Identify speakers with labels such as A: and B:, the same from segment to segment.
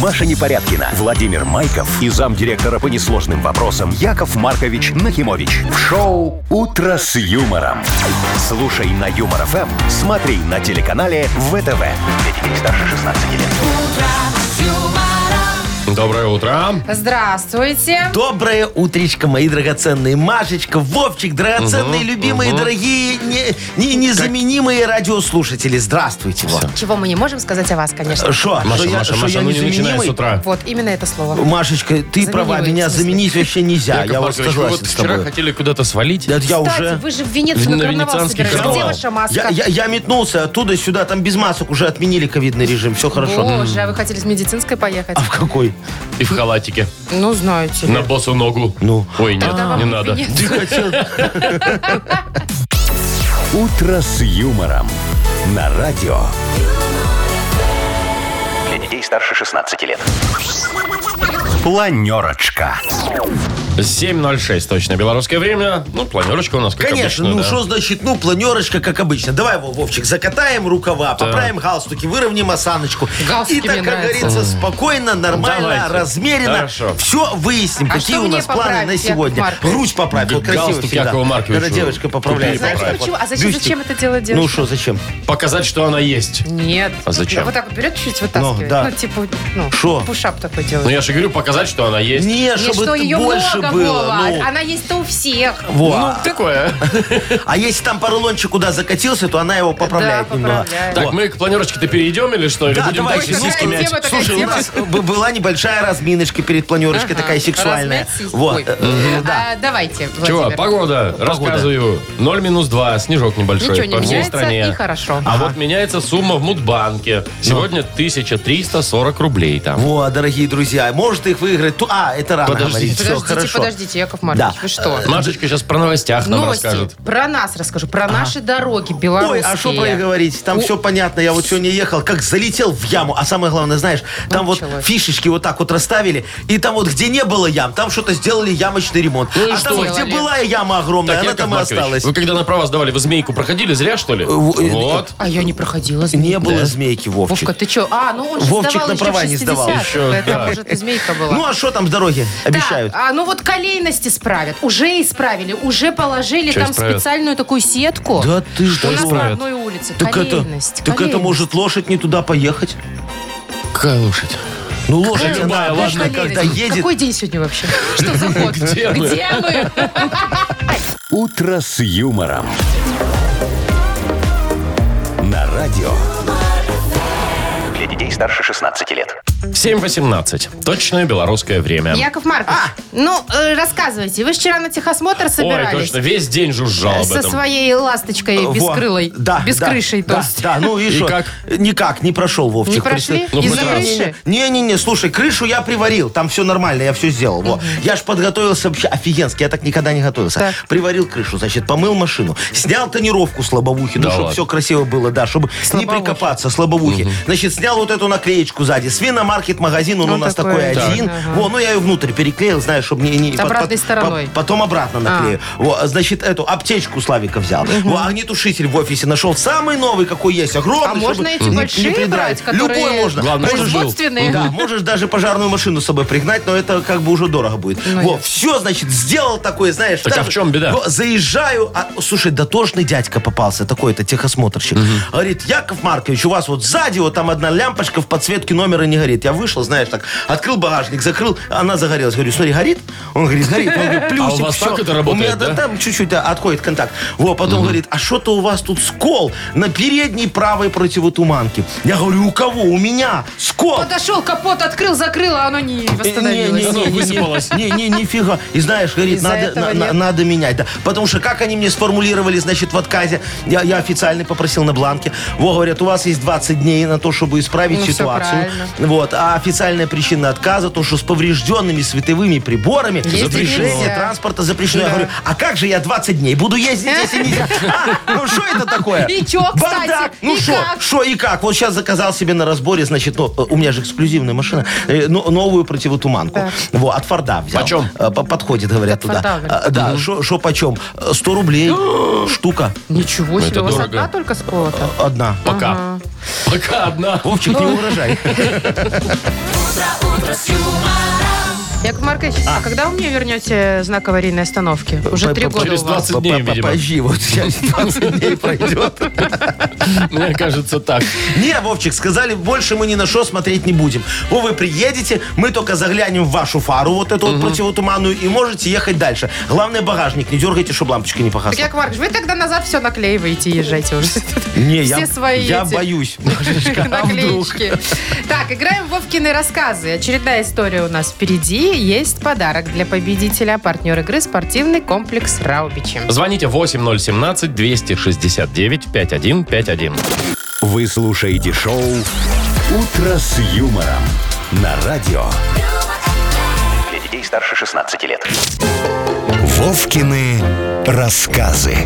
A: Маша Непорядкина, Владимир Майков и замдиректора по несложным вопросам Яков Маркович Нахимович. В шоу «Утро с юмором». Слушай на Юмор ФМ, смотри на телеканале ВТВ. детей старше 16 лет.
B: Доброе утро.
C: Здравствуйте.
D: Доброе утречко, мои драгоценные. Машечка, Вовчик, драгоценные, любимые, дорогие, не- не- незаменимые радиослушатели. Здравствуйте. вот.
C: Чего мы не можем сказать о вас, конечно.
D: Шо?
B: Маша,
D: Шо я-
B: Маша,
D: шо
B: Маша,
D: я
B: ну не начинай
D: незаменимый?
B: с утра.
C: Вот, именно это слово.
D: Машечка, ты права,
C: в
D: меня
C: смысле.
D: заменить вообще нельзя.
B: Яков
D: Я вот
B: Маркович, вы
D: согласен
B: вот
D: с
B: вчера
D: тобой.
B: хотели куда-то свалить.
D: Это я
C: Кстати,
D: уже...
C: вы же в Венецию
B: На
C: на карнавал
B: венецианский
C: собираетесь. Где
B: карнавал.
C: ваша маска?
D: Я, я- я метнулся оттуда сюда, там без масок уже отменили ковидный режим, все хорошо.
C: Боже, а вы хотели с медицинской поехать?
D: А в какой?
B: И в халатике.
C: Ну, знаете. ли.
B: На босу ногу.
D: Ну.
B: Ой, нет,
C: Тогда вам
B: не
C: в
B: надо.
C: Венецию.
A: «Утро с юмором» на радио. Для детей старше 16 лет. Планерочка.
B: 7.06, точно, белорусское время. Ну, планерочка у нас, как
D: Конечно,
B: обычно,
D: ну
B: да.
D: что значит, ну, планерочка, как обычно. Давай его, Вовчик, закатаем рукава, поправим галстуки, выровняем осаночку.
C: Галстуки
D: И так,
C: мне
D: как
C: нравятся.
D: говорится, спокойно, нормально,
B: Давайте.
D: размеренно.
B: Хорошо.
D: Все выясним,
C: А
D: какие
C: что
D: у
C: мне
D: нас планы
C: поправить,
D: на
C: Яков
D: сегодня.
C: Маркович?
D: Грудь поправь, вот красиво
B: Галстук
D: всегда.
B: Якова Марковича.
D: Когда девочка
B: Купи,
D: поправляет.
B: Знаете
D: поправляет.
C: почему? А зачем-
D: Бюстик.
C: зачем это дело делать?
D: Ну что, зачем?
B: Показать, что она есть.
C: Нет. Ну,
B: А зачем?
C: Вот так вот берет чуть-чуть вытаскивает.
D: да.
C: Ну, типа, ну,
D: Шо?
C: пушап такой
B: Ну,
C: делает.
B: я же говорю, показать, что она есть.
D: Не,
C: Не,
D: чтобы
C: что ее
D: больше
C: много,
D: было.
C: Вова. А
D: ну.
C: Она есть-то у всех.
D: Во.
B: Ну, такое.
D: А если там поролончик куда закатился, то она его поправляет
C: Да,
D: немного.
C: поправляет.
B: Так, мы к планерочке-то перейдем или что? Или
D: Да,
B: будем
D: давай,
B: дальше
C: Ой,
D: с
C: какая
B: сиськами?
D: сиськами.
C: тема, такая
D: Слушай, у
C: тема.
D: нас б- была небольшая разминочка перед планерочкой,
C: Ага.
D: такая сексуальная.
C: Размять сиськи.
D: Вот.
C: Ой.
D: э, э, Да.
C: А, давайте,
B: Чего?
C: Владимир.
B: Погода. Рассказываю. 0 минус 2. Снежок небольшой
C: Ничего не
B: по всей стране.
C: меняется и хорошо.
B: А вот меняется сумма в Мудбанке.
D: Ну.
B: Сегодня 1340 рублей
C: А.
B: там.
D: Вот, дорогие друзья, может их выиграть. ту- А, это рано
B: Подождите.
D: говорить. Все,
C: Подождите,
D: хорошо.
C: подождите, Яков Маркович,
D: Да.
C: вы что?
B: Машечка сейчас про новостях нам
C: Новости
B: расскажет.
C: про нас расскажу, про наши дороги белорусские.
D: Ой, а что про это говорить? Там
C: У-
D: все понятно. Я вот сегодня ехал, как залетел в яму. А самое главное, знаешь, там вот
C: Началось.
D: фишечки вот так вот расставили. И там вот, где не было ям, там что-то сделали ямочный ремонт.
B: Ну и
D: а
B: что?
D: там, вот, где
C: Сделали.
D: была яма огромная,
B: Так,
D: она
B: Яков
D: там и
B: Маркович,
D: осталась.
B: Вы когда на права сдавали, вы змейку проходили зря, что ли?
D: В- э,
B: Вот.
C: А я не проходила змейку.
D: Не было змейки, Вовчик.
C: Вовка, ты что? А, ну он же
D: Вовчик
C: сдавал
D: на
C: еще
D: права
C: в
D: не сдавал.
C: 60-х,
B: Еще,
C: поэтому,
B: да.
C: может, и змейка была.
D: Ну а что там с дороги?
C: Так,
D: Обещают.
C: а, ну вот колейности справят. Уже исправили. Уже положили
B: Чё
C: там
B: исправят?
C: специальную такую сетку.
D: Да ты ж
C: У нас
D: здорово.
C: на одной улице.
D: Так это,
C: Колейность,
D: так это
C: колейность.
D: может лошадь не туда поехать?
B: Какая лошадь?
D: Ну, лошадь,
B: Какая
D: она
B: любая
D: обычно,
C: Колейность.
D: когда едет...
C: Какой день сегодня вообще? Что за год?
B: Где мы?
C: Где мы?
A: «Утро с юмором». На радио. Для детей старше 16 лет.
B: 7.18. Точное белорусское время.
C: Яков Маркович,
D: А!
C: ну, э, рассказывайте. Вы ж вчера на техосмотр
B: Ой,
C: собирались.
B: точно, весь день жужжал об
C: Со
B: этом.
C: своей ласточкой
D: Э, Во.
C: бескрылой.
D: Да,
C: без
D: да,
C: крыши, то
D: да,
C: есть.
D: да, ну и
B: И
D: что?
B: как?
D: Никак, не прошел, Вовчик.
C: Не прошли?
D: представь.
C: Из-за
B: Ну,
D: Не-не-не.
C: крыши?
D: Не-не-не, слушай, крышу я приварил, там все нормально, я все сделал. Во. Я ж подготовился вообще офигенски, я так никогда не готовился.
C: Так.
D: Приварил крышу, значит, помыл машину, снял тонировку с лобовухи,
B: Да
D: ну, чтобы
B: ладно.
D: все красиво было, да, чтобы не
C: лобовухи.
D: прикопаться с лобовухи. Значит, снял вот эту наклеечку сзади. Свиномаркет, магазин, он
C: Ну,
D: у нас
C: такой.
D: такой,
C: Так.
D: один.
C: Ага.
D: Во, ну я ее внутрь переклеил, знаешь, чтобы не... не
C: С обратной стороной.
D: по- потом
C: А.
D: обратно наклею. Во, значит, эту аптечку Славика взял. Во, огнетушитель в офисе нашел. Самый новый, какой есть, огромный.
C: А
D: чтобы
C: можно эти
D: не- не
C: большие брать,
D: придравить.
C: которые
D: Любой можно.
B: Главное,
D: Можешь-
B: жил.
C: производственные?
D: да, можешь даже пожарную машину с собой пригнать, но это как бы уже дорого будет.
C: Ну,
D: Во,
C: нет.
D: все, значит, сделал такое, знаешь.
B: Так а в чем беда?
D: Во, заезжаю, а, слушай, дотошный дядька попался, такой-то техосмотрщик. Говорит, Яков Маркович, у вас вот сзади вот там одна лямпочка в подсветке номера не горит. Я вышел, знаешь, так, открыл багажник, закрыл, она загорелась. Говорю, смотри, горит? Он говорит, горит. Я говорю, плюсик,
B: А вас
D: всё.
B: так это работает,
D: У меня
B: да?
D: там чуть-чуть да, отходит контакт. Во, потом говорит, а что-то у вас тут скол на передней правой противотуманке. Я говорю, у кого? У меня скол.
C: Подошел, капот открыл, закрыл, а оно
D: Э,
C: не восстановилось.
B: Оно высыпалось.
D: Не, не, нифига. И знаешь, говорит,
C: Из-за
D: надо,
C: этого
D: на- на-
C: нет?
D: надо менять. Да. Потому что как они мне сформулировали, значит, в отказе, я, я официально попросил на бланке. Во, говорят, у вас есть 20 дней на то, чтобы исправить
C: Ну, всё
D: ситуацию.
C: правильно.
D: Вот. А официальная причина отказа, то, что с поврежденными световыми приборами
C: Ездить
D: движение
C: нельзя.
D: транспорта запрещено.
C: Да.
D: Я говорю, а как же я 20 дней буду ездить, если нельзя? А, Ну, что это такое?
C: И чё, кстати?
D: Бардак. Ну,
C: И
D: что?
C: как?
D: Что и как? Вот сейчас заказал себе на разборе, значит, ну, э, у меня же эксклюзивная машина, э, но- новую противотуманку. Во, от Форда взял.
B: Почем?
D: Э, по- Подходит, говорят,
C: От
D: туда.
C: Форда, говорит.
D: А, Да, что почем? 100 рублей штука. Ну,
C: Ничего себе,
B: Это
C: у вас
B: дорого.
C: одна только сколота.
D: Одна.
C: Ну.
B: Пока. Пока одна.
D: Вовчик, не урожай.
C: Яков Маркович, а. когда вы мне вернете знак аварийной остановки? Уже три
D: По- по-
C: года
B: через
C: у вас.
B: 20 дней, видимо.
D: Попозже, вот сейчас 20 дней пройдет.
B: Мне кажется, так.
D: Не, Вовчик, сказали, больше мы ни на что смотреть не будем. Во, вы приедете, мы только заглянем в вашу фару, вот эту вот противотуманную, и можете ехать дальше. Главное, багажник не дергайте, чтобы лампочка не
C: Так,
D: погасла.
C: Яков Маркович, вы тогда назад все наклеиваете и езжайте уже.
D: Не, я,
C: Все свои
D: я
C: эти
D: боюсь. Машечка, а вдруг?
C: Наклеечки. Так, играем в Вовкины рассказы. Очередная история у нас впереди. Есть подарок для победителя. Партнер игры спортивный комплекс Раубичи.
B: Звоните 8017-269-5151.
A: Вы слушаете шоу «Утро с юмором» на радио. Для детей старше 16 лет. Вовкины рассказы.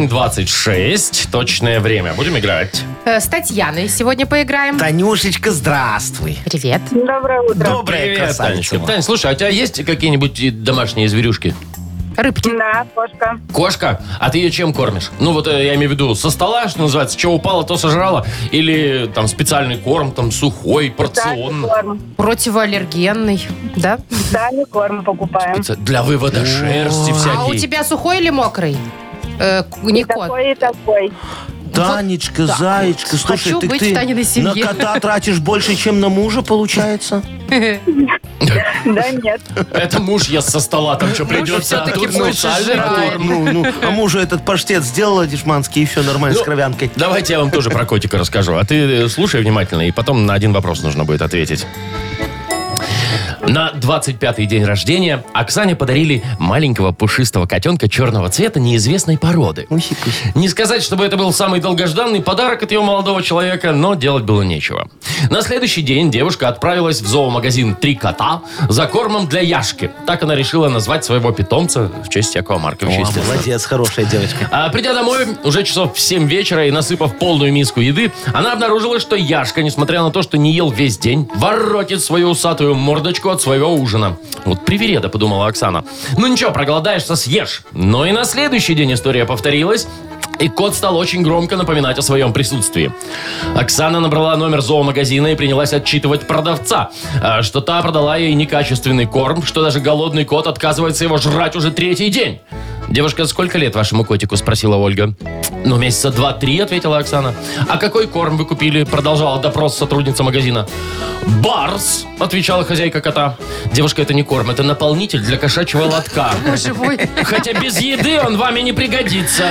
B: 7.26, точное время. Будем играть.
C: Э, С Татьяной сегодня поиграем.
D: Танюшечка, здравствуй.
C: Привет.
E: Доброе утро.
D: Добрая красавица.
B: Танечка.
D: моя.
B: Тань, слушай, а у тебя есть какие-нибудь и домашние зверюшки?
C: Рыбки.
E: Да, кошка.
B: Кошка? А ты ее чем кормишь? Ну, вот э, я имею в виду, со стола, что называется, что упало, то сожрала? Или там специальный корм, там сухой, порционный?
E: корм.
C: Противоаллергенный, да?
E: Сами корм покупаем.
B: Ц- Для вывода шерсти всякие.
C: А у тебя сухой или мокрый? Э, к- не кот.
E: Такой и такой.
D: Танечка,
C: Вот так
D: заечка,
C: вот.
D: слушай,
C: Хочу
D: ты,
C: быть
D: ты
C: в Таниной
D: на
C: семье.
D: кота тратишь больше, чем на мужа, получается?
E: Да нет.
B: Это муж ест со стола, там что, придется
C: всё-таки
B: отдуть ну,
C: больше
B: специальный
C: жрает.
B: корм?
D: Ну, ну, а мужу этот паштет сделала дешманский, и все нормально,
B: Ну,
D: с кровянкой.
B: Давайте я вам тоже про котика расскажу. А ты э, слушай внимательно, и потом на один вопрос нужно будет ответить. На 25-й день рождения Оксане подарили маленького пушистого котенка черного цвета неизвестной породы.
D: Ну,
B: Не сказать, чтобы это был самый долгожданный подарок от ее молодого человека, но делать было нечего. На следующий день девушка отправилась в зоомагазин «Три кота» за кормом для Яшки. Так она решила назвать своего питомца в честь Якова Марковича,
D: О,
B: естественно.
D: молодец, хорошая девочка.
B: А придя домой, уже часов в 7 вечера и насыпав полную миску еды, она обнаружила, что Яшка, несмотря на то, что не ел весь день, воротит свою усатую мордочку от своего ужина. Вот привереда, подумала Оксана. Ну ничего, проголодаешься, съешь. Но и на следующий день история повторилась. И кот стал очень громко напоминать о своем присутствии. Оксана набрала номер зоомагазина и принялась отчитывать продавца, а, что та продала ей некачественный корм, что даже голодный кот отказывается его жрать уже третий день. «Девушка, сколько лет вашему котику?» – спросила Ольга. «Ну, месяца два-три», – ответила Оксана. «А какой корм вы купили?» – продолжала допрос сотрудница магазина. «Барс», – отвечала хозяйка кота. «Девушка, это не корм, это наполнитель для кошачьего лотка».
C: Боже мой.
B: Хотя без еды он вами не пригодится.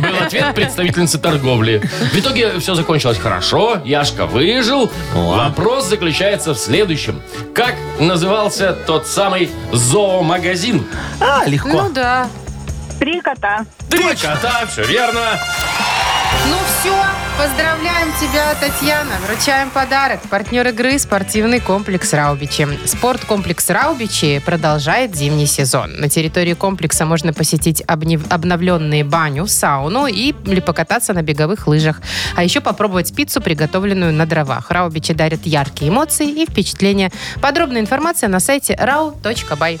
B: Был ответ представительницы торговли. В итоге все закончилось хорошо. Яшка выжил. Вопрос заключается в следующем. Как назывался тот самый зоомагазин?
D: А, легко.
C: Ну да.
E: Три кота.
B: Три кота, все верно.
C: Ну все, поздравляем тебя, Татьяна. Вручаем подарок. Партнер игры – спортивный комплекс «Раубичи». Спорткомплекс «Раубичи» продолжает зимний сезон. На территории комплекса можно посетить обни- обновленные баню, сауну и или покататься на беговых лыжах. А еще попробовать пиццу, приготовленную на дровах. «Раубичи» дарят яркие эмоции и впечатления. Подробная информация на сайте rau.by.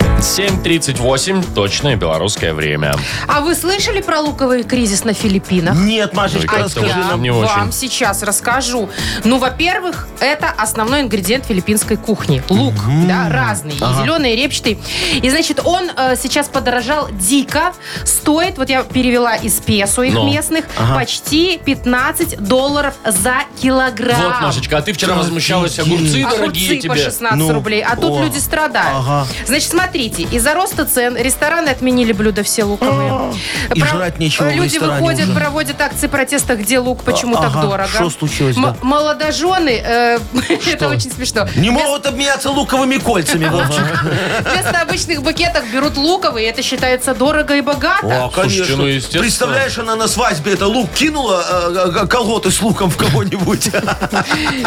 B: 7.38, точное белорусское время.
C: А вы слышали про луковый кризис на Филиппинах?
D: Нет,
B: Ой,
D: Машечка,
B: как-то
D: расскажи
B: вот
D: нам.
B: не
C: вам
B: очень.
C: сейчас расскажу. Ну, во-первых, это основной ингредиент филиппинской кухни. Лук, да, разный. И зеленый, и репчатый. И, значит, он э, сейчас подорожал дико. Стоит, вот я перевела из песо их
B: Ну.
C: местных, почти 15 долларов за килограмм.
B: Вот, Машечка, а ты вчера возмущалась, огурцы,
C: Огурцы
B: дорогие
C: по
B: тебе.
C: 16
D: Ну,
C: рублей, а тут
D: о,
C: люди страдают.
D: ага.
C: Значит, смотрите, из-за роста цен рестораны отменили блюда все луковые.
D: А. И жрать нечего в
C: Люди
D: ресторане
C: выходят,
D: уже.
C: проводят акции протеста, где лук, почему
D: А-
C: так
D: ага,
C: дорого.
D: что случилось, да?
C: Молодожены, э, это очень смешно.
D: Не могут обменяться луковыми кольцами, Вовчик.
C: Вместо обычных букетов берут луковые, это считается дорого и богато.
D: О,
B: Слушайте, ну, естественно.
D: Представляешь, она на свадьбе это лук кинула, э, э, колготы с луком в кого-нибудь.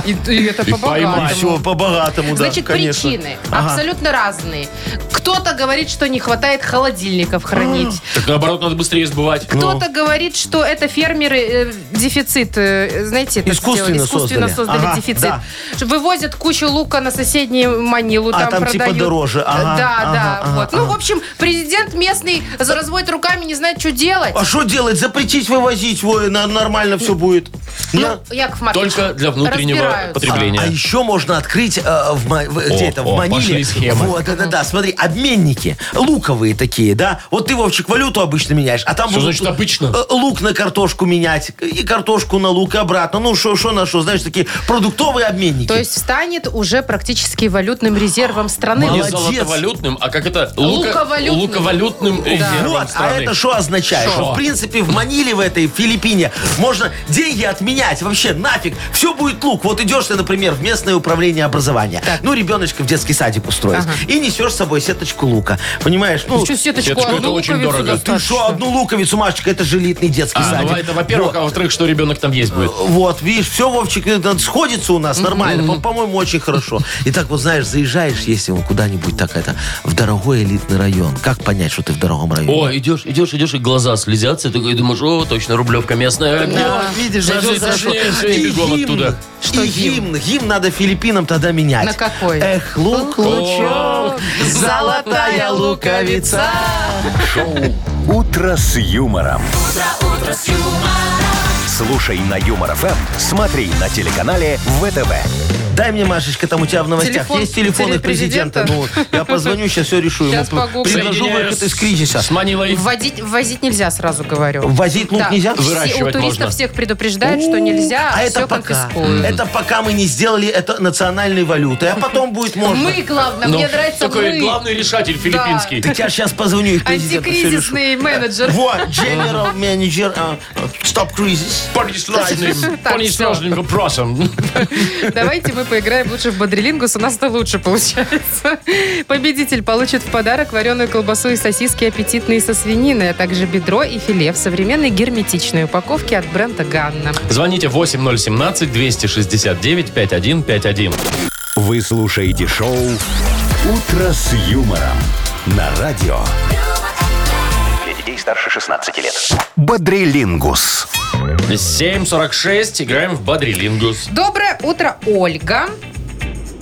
C: И, и это
B: И
C: по-богатому.
B: поймали.
D: Все, по-богатому, да,
C: Значит,
D: конечно.
C: причины
D: Ага.
C: абсолютно разные. Кто Кто-то говорит, что не хватает холодильников хранить.
B: Так наоборот, надо быстрее сбывать.
D: Ну.
C: Кто-то говорит, что это фермеры э, дефицит, э, знаете, это
D: Искусственно
C: сделали, искусственно
D: создали.
C: создали
D: Ага,
C: дефицит.
D: да.
C: Вывозят кучу лука на соседнюю Манилу,
D: А,
C: там,
D: там типа
C: продают. Э,
D: дороже. Ага,
C: да,
D: ага,
C: да,
D: ага,
C: вот. Ну,
D: ага.
C: в общем, президент местный за- разводит руками, не знает, что делать.
D: А что делать? Запретить вывозить, во, на- нормально все будет. Не?
C: Ну, Яков Маркович,
B: Только для внутреннего
C: разбираются.
B: потребления.
D: А еще можно открыть э, в, Ма- в- где это, в
B: о, пошли
D: Маниле.
B: схемы.
D: Вот, да, да, да. Смотри, обменники луковые такие, да. Вот ты, Вовчик, валюту обычно меняешь, а там
B: Что
D: будут,
B: значит обычно?
D: э, лук на картошку менять, и картошку на лук и обратно. Ну, что шо на что, знаешь, такие продуктовые обменники.
C: То есть станет уже практически валютным резервом страны.
B: Не
D: Молодец.
B: золотовалютным, а как это? Лука-
C: Луковалютным.
B: Луковалютным резервом
D: Вот, а
B: страны.
D: это что означает?
B: Шо?
D: Что, в принципе, в Маниле, в этой Филиппине, можно деньги отменять вообще нафиг. Все будет лук. Вот идешь ты, например, в местное управление образования. Ну, ребеночка в детский садик устроить. И несешь с собой сеточку лука. Понимаешь? Ну,
C: Еще сеточку,
B: Сеточку,
C: одну
B: это очень
C: луковицу
B: дорого. Ты
D: ты
C: достаточно.
D: что, одну луковицу, Машечка, это же элитный детский
B: А,
D: садик.
B: ну, это во-первых, а во-вторых, что ребенок там есть будет.
D: Вот, видишь, все, Вовчик, это сходится у нас нормально. По- По-моему, очень хорошо. И так вот, знаешь, заезжаешь, если он куда-нибудь так это, в дорогой элитный район. Как понять, что ты в дорогом районе?
B: О, идешь, идешь, идешь, и глаза слезятся, и такой думаешь, о, точно, Рублевка местная.
D: Вот, видишь,
B: Все,
D: даже
B: все,
D: зашло.
B: все, все, и бегом
D: гимн,
B: оттуда.
C: Что
D: и
C: гимн?
D: гимн? Гимн надо филиппинам тогда менять.
C: На какой?
D: Эх, лук, лучок, золотая луковица.
A: Шоу «Утро с юмором». Слушай на Юмор ФМ, смотри на телеканале ВТВ.
D: Дай мне, Машечка, там у тебя в новостях
C: Телефон
D: есть телефон их президента?
C: президента?
D: Ну, я позвоню, сейчас все решу.
C: Щас
D: ему
C: погуглю.
D: предложу
B: Соединяю
D: выход
B: с-
D: из кризиса.
B: С Манилой.
C: Вводить, ввозить нельзя, сразу говорю.
D: Возить лук
C: Да.
D: нельзя?
C: Все- у
B: Выращивать
C: туристов
B: можно.
C: всех предупреждают, что нельзя,
D: А это
C: все
D: пока.
C: конфискуют.
D: Это пока мы не сделали это национальной валютой. А потом будет можно.
C: Мы, главное,
B: Ну,
C: мне нравится
B: такой
C: мы.
B: главный решатель филиппинский.
D: Так я сейчас позвоню их президенту. всё решу.
C: Антикризисный менеджер.
D: Вот, general manager, а, stop crisis.
B: По несложным,
C: Так,
B: по несложным вопросам.
C: Давайте мы поиграем лучше в Бодрилингус. У нас это лучше получается. Победитель получит в подарок вареную колбасу и сосиски аппетитные со свининой, а также бедро и филе в современной герметичной упаковке от бренда «Ганна».
B: Звоните 8017-269-5151.
A: Вы слушаете шоу «Утро с юмором» на радио.
F: Для детей старше 16 лет.
A: Бодрилингус.
B: 7.46, играем в Бадрилингус.
C: Доброе утро, Ольга.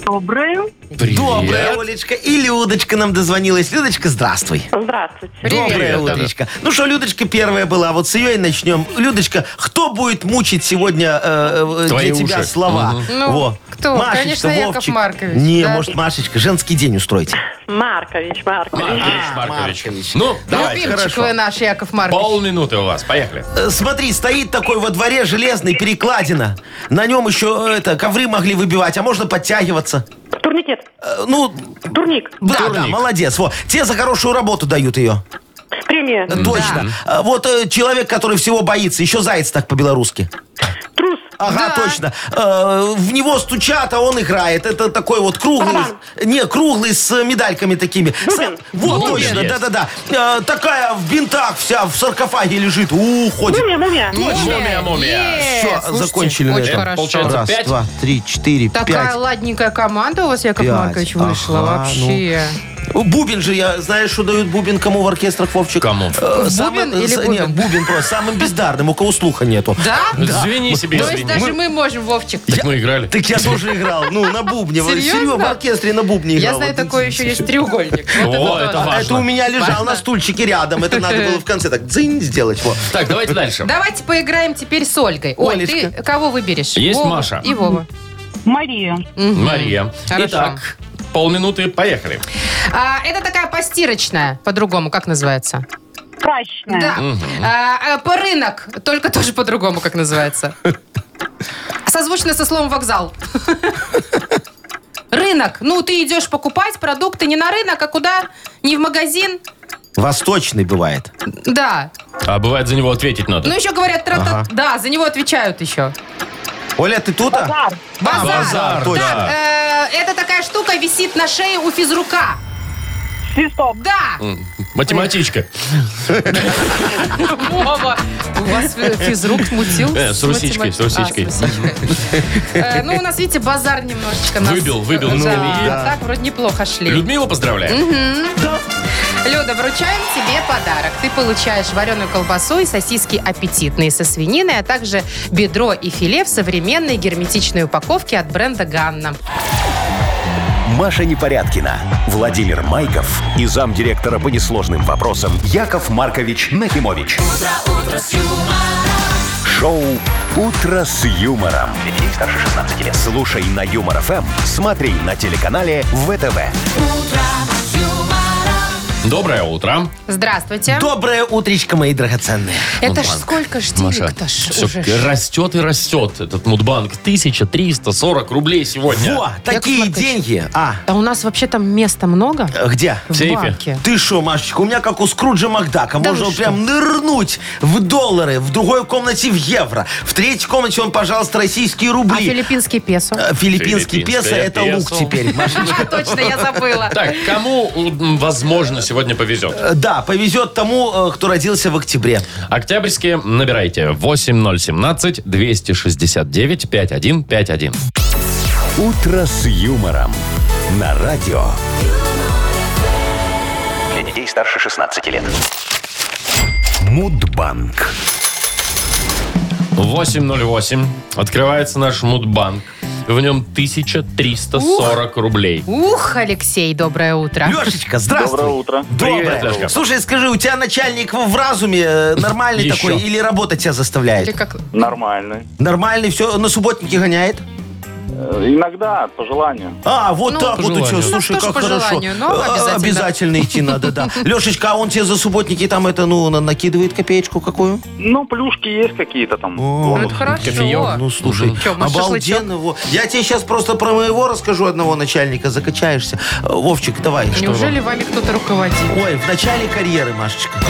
E: Доброе.
B: Привет.
D: Доброе, Олечка. И Людочка нам дозвонилась. Людочка, здравствуй.
E: Здравствуйте.
B: Привет,
D: Доброе
B: да-да.
D: утречко. Ну что, Людочка первая была. Вот с ее и начнем. Людочка, кто будет мучить сегодня э, э,
B: Твои
D: для тебя
B: уши.
D: слова?
B: Мгм.
C: Ну, кто? Конечно, Яков Маркович,
D: Не,
C: да.
D: может, Машечка, женский день устроить.
E: Маркович, Маркович.
B: Маркович,
D: А,
B: Маркович.
D: Маркович.
B: Ну, давайте.
C: Любимчик
D: хорошо.
C: вы наш, Яков Маркович.
B: Полминуты у вас, поехали.
D: Э, Смотри, стоит такой во дворе железный перекладина. На нем еще э, это ковры могли выбивать, а можно подтягиваться.
E: Турникет.
D: Э, Ну,
E: Турник.
D: да, да,
B: Турник.
D: молодец. Во. Те за хорошую работу дают ее.
E: Премия.
D: Точно. А, Вот э, человек, который всего боится, еще заяц так по-белорусски.
E: Трус.
D: Ага,
C: Да.
D: точно. Э, В него стучат, а он играет. Это такой вот круглый.
E: Барабан.
D: Не, круглый с медальками такими. С-
E: Бубен.
D: Вот,
B: Бубен
D: точно,
B: есть.
D: да-да-да. Э, Такая в бинтах вся, в саркофаге лежит. У, ходит.
E: Мумия, мумия.
B: Мумия, мумия.
C: Е,
D: Всё,
C: слушайте,
D: закончили на
C: Очень
D: этом.
C: хорошо.
B: Получается,
D: Раз,
B: пять.
D: два, три, четыре,
C: Такая
D: пять.
C: ладненькая команда у вас, Яков
D: Пять.
C: Маркович, вышла
D: Ага, ну.
C: вообще.
D: Э, Бубен же, я знаешь, что дают бубен кому в оркестрах, Вовчик?
B: Кому?
D: Э,
C: Бубен или
D: с- не,
C: бубен?
D: бубен просто. Самым бездарным, у кого слуха нету.
C: Да?
B: Звени себе,
C: То есть
B: извини.
C: даже мы можем, Вовчик.
B: Так мы играли.
D: Так я тоже играл. Ну, на бубне.
C: Серьезно?
D: Серьезно? В оркестре на бубне играл.
C: Я знаю,
D: Вот.
C: такой еще есть треугольник. Вот
B: О,
C: тоже.
B: это
D: А
B: важно.
D: Это у меня лежал на стульчике рядом. Это надо было в конце так дзынь сделать. Вот.
B: Так, давайте дальше.
C: Давайте поиграем теперь с Ольгой. Оль, ты
D: Олечка.
C: кого выберешь?
B: Есть
C: Вову
B: Маша.
C: И Вова.
E: Мария.
B: Мария.
C: Хорошо.
B: Итак, полминуты, поехали.
C: А, это такая постирочная, по-другому, как называется?
E: Прачная.
C: Да. А, а, по рынок, только тоже по-другому, как называется. Созвучно со словом вокзал. Рынок. Ну, ты идешь покупать продукты не на рынок, а куда? Не в магазин.
D: Восточный бывает.
C: Да.
B: А бывает за него ответить
C: Ну,
B: надо.
C: еще говорят, тра-та- да, за него отвечают еще.
D: Оля, ты тут? а?
E: Бар.
C: Базар.
B: Базар,
D: точно.
B: да.
C: Э, это такая штука висит на шее у физрука.
E: Свисток.
C: Да!
B: Математичка.
C: Вова, у вас фи- физрук мутил.
B: Э, с русичкой,
C: математи-
B: с русичкой.
C: А, с русичкой. Э, Ну, у нас, видите, базар немножечко нас...
B: Выбил, выбил, ну,
C: Да,
B: и-
C: так вроде неплохо шли.
B: Людмила, поздравляю.
C: Люда, вручаем тебе подарок. Ты получаешь вареную колбасу и сосиски аппетитные со свининой, а также бедро и филе в современной герметичной упаковке от бренда «Ганна».
A: Маша Непорядкина, Владимир Майков и замдиректора по несложным вопросам Яков Маркович Нахимович. Шоу Утро с юмором.
F: Для детей старше 16 лет.
A: Слушай на Юмор ФМ, смотри на телеканале ВТВ.
B: Доброе утро.
C: Здравствуйте.
D: Доброе утречко, мои драгоценные.
C: Это ж
B: Мудбанк.
C: сколько ж денег-то ж
B: всё
C: уже ж.
B: растет и растет этот Мудбанк. 1340 рублей сегодня.
D: Во, такие
C: Маркович.
D: деньги. А,
C: А у нас вообще там места много?
D: э, где?
C: В
B: сейфе.
C: банке.
D: Ты что, Машечка, у меня как у Скруджа Макдака.
C: Да
D: Можно
C: вы что?
D: прям нырнуть в доллары, в другой комнате в евро. В третьей комнате он, пожалуйста, российские
C: А
D: рубли.
C: филиппинский песо? А,
D: Э,
B: Филиппинское
D: Филиппинский песо – это
B: песо.
D: лук теперь, Машечка.
C: Точно, я забыла.
B: Так, кому, м, возможно, сегодня повезет?
D: Э, Да, повезет тому, э, кто родился в октябре.
B: Октябрьские набирайте 8017-269-5151.
A: Утро с юмором. На радио.
F: Для детей старше 16 лет.
A: Мудбанк.
B: 808. Открывается наш Мудбанк. В нем 1340 рублей.
C: Ух, Алексей, доброе утро.
D: Лешечка, здравствуй.
G: Доброе утро.
D: Доброе.
B: Привет, Лешка.
D: Слушай, скажи, у тебя начальник в раzuме э, нормальный
B: Еще.
D: такой или работа тебя
C: Или
D: заставляет?
C: как-
G: Нормальный.
D: Нормальный, все, на субботнике гоняет?
G: Э, Иногда, по желанию.
D: А, вот
C: Ну,
D: так
B: по
D: вот и
B: желанию.
D: что,
B: Ну,
D: слушай,
C: что ж
D: как
C: по
D: хорошо.
C: желанию, но
D: А,
C: обязательно.
D: обязательно идти надо, да. Лешечка, а он тебе за субботники там это, ну, на- накидывает копеечку какую?
G: Ну, плюшки есть какие-то там.
C: Ну, это
B: кофеёк,
C: хорошо.
D: Ну, слушай,
C: Чё, может,
D: обалденно. во. Я тебе сейчас просто про моего расскажу одного начальника, закачаешься. Э, Вовчик, давай. что
C: Неужели вами кто-то руководит?
D: Ой, в начале карьеры, Машечка.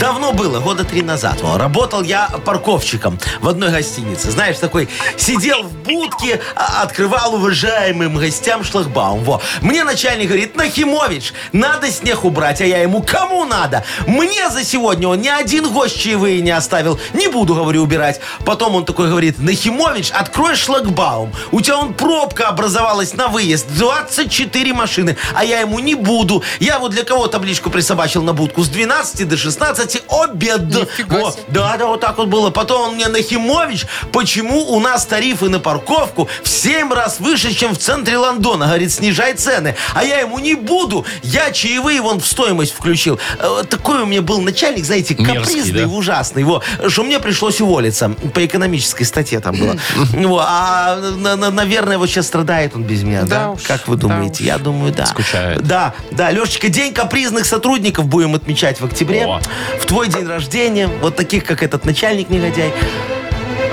D: Давно было, года три назад. во, Работал я парковщиком в одной гостинице. Знаешь, такой сидел в будке, а, открывал уважаемым гостям шлагбаум. Во. Мне начальник говорит, Нахимович, надо снег убрать. А я ему, кому надо? Мне за сегодня он ни один гость чаевые не оставил. Не буду, говорю, убирать. Потом он такой говорит, Нахимович, открой шлагбаум. У тебя он пробка образовалась на выезд. 24 машины. А я ему не буду. Я вот для кого табличку присобачил на будку? С 12 до 16 обед.
C: Нифига
D: Во,
C: себе.
D: да, да, вот так вот было. Потом он мне Нахимович, почему у нас тарифы на парковку в 7 раз выше, чем в центре Лондона? Говорит, снижай цены. А я ему не буду. Я чаевые вон в стоимость включил. Э, Такой у меня был начальник, знаете,
B: Мерзкий,
D: капризный,
B: да?
D: ужасный. Во, что мне пришлось уволиться. По экономической статье там было. Во, а, на- на- наверное, вот сейчас страдает он без меня,
C: Да
D: да?
C: уж,
D: Как вы
C: да
D: думаете?
C: уж.
D: Я думаю, да.
B: Скучает.
D: Да, да, Лешечка, день капризных сотрудников будем отмечать в октябре.
B: О.
D: В твой день рождения, вот таких, как этот начальник негодяй.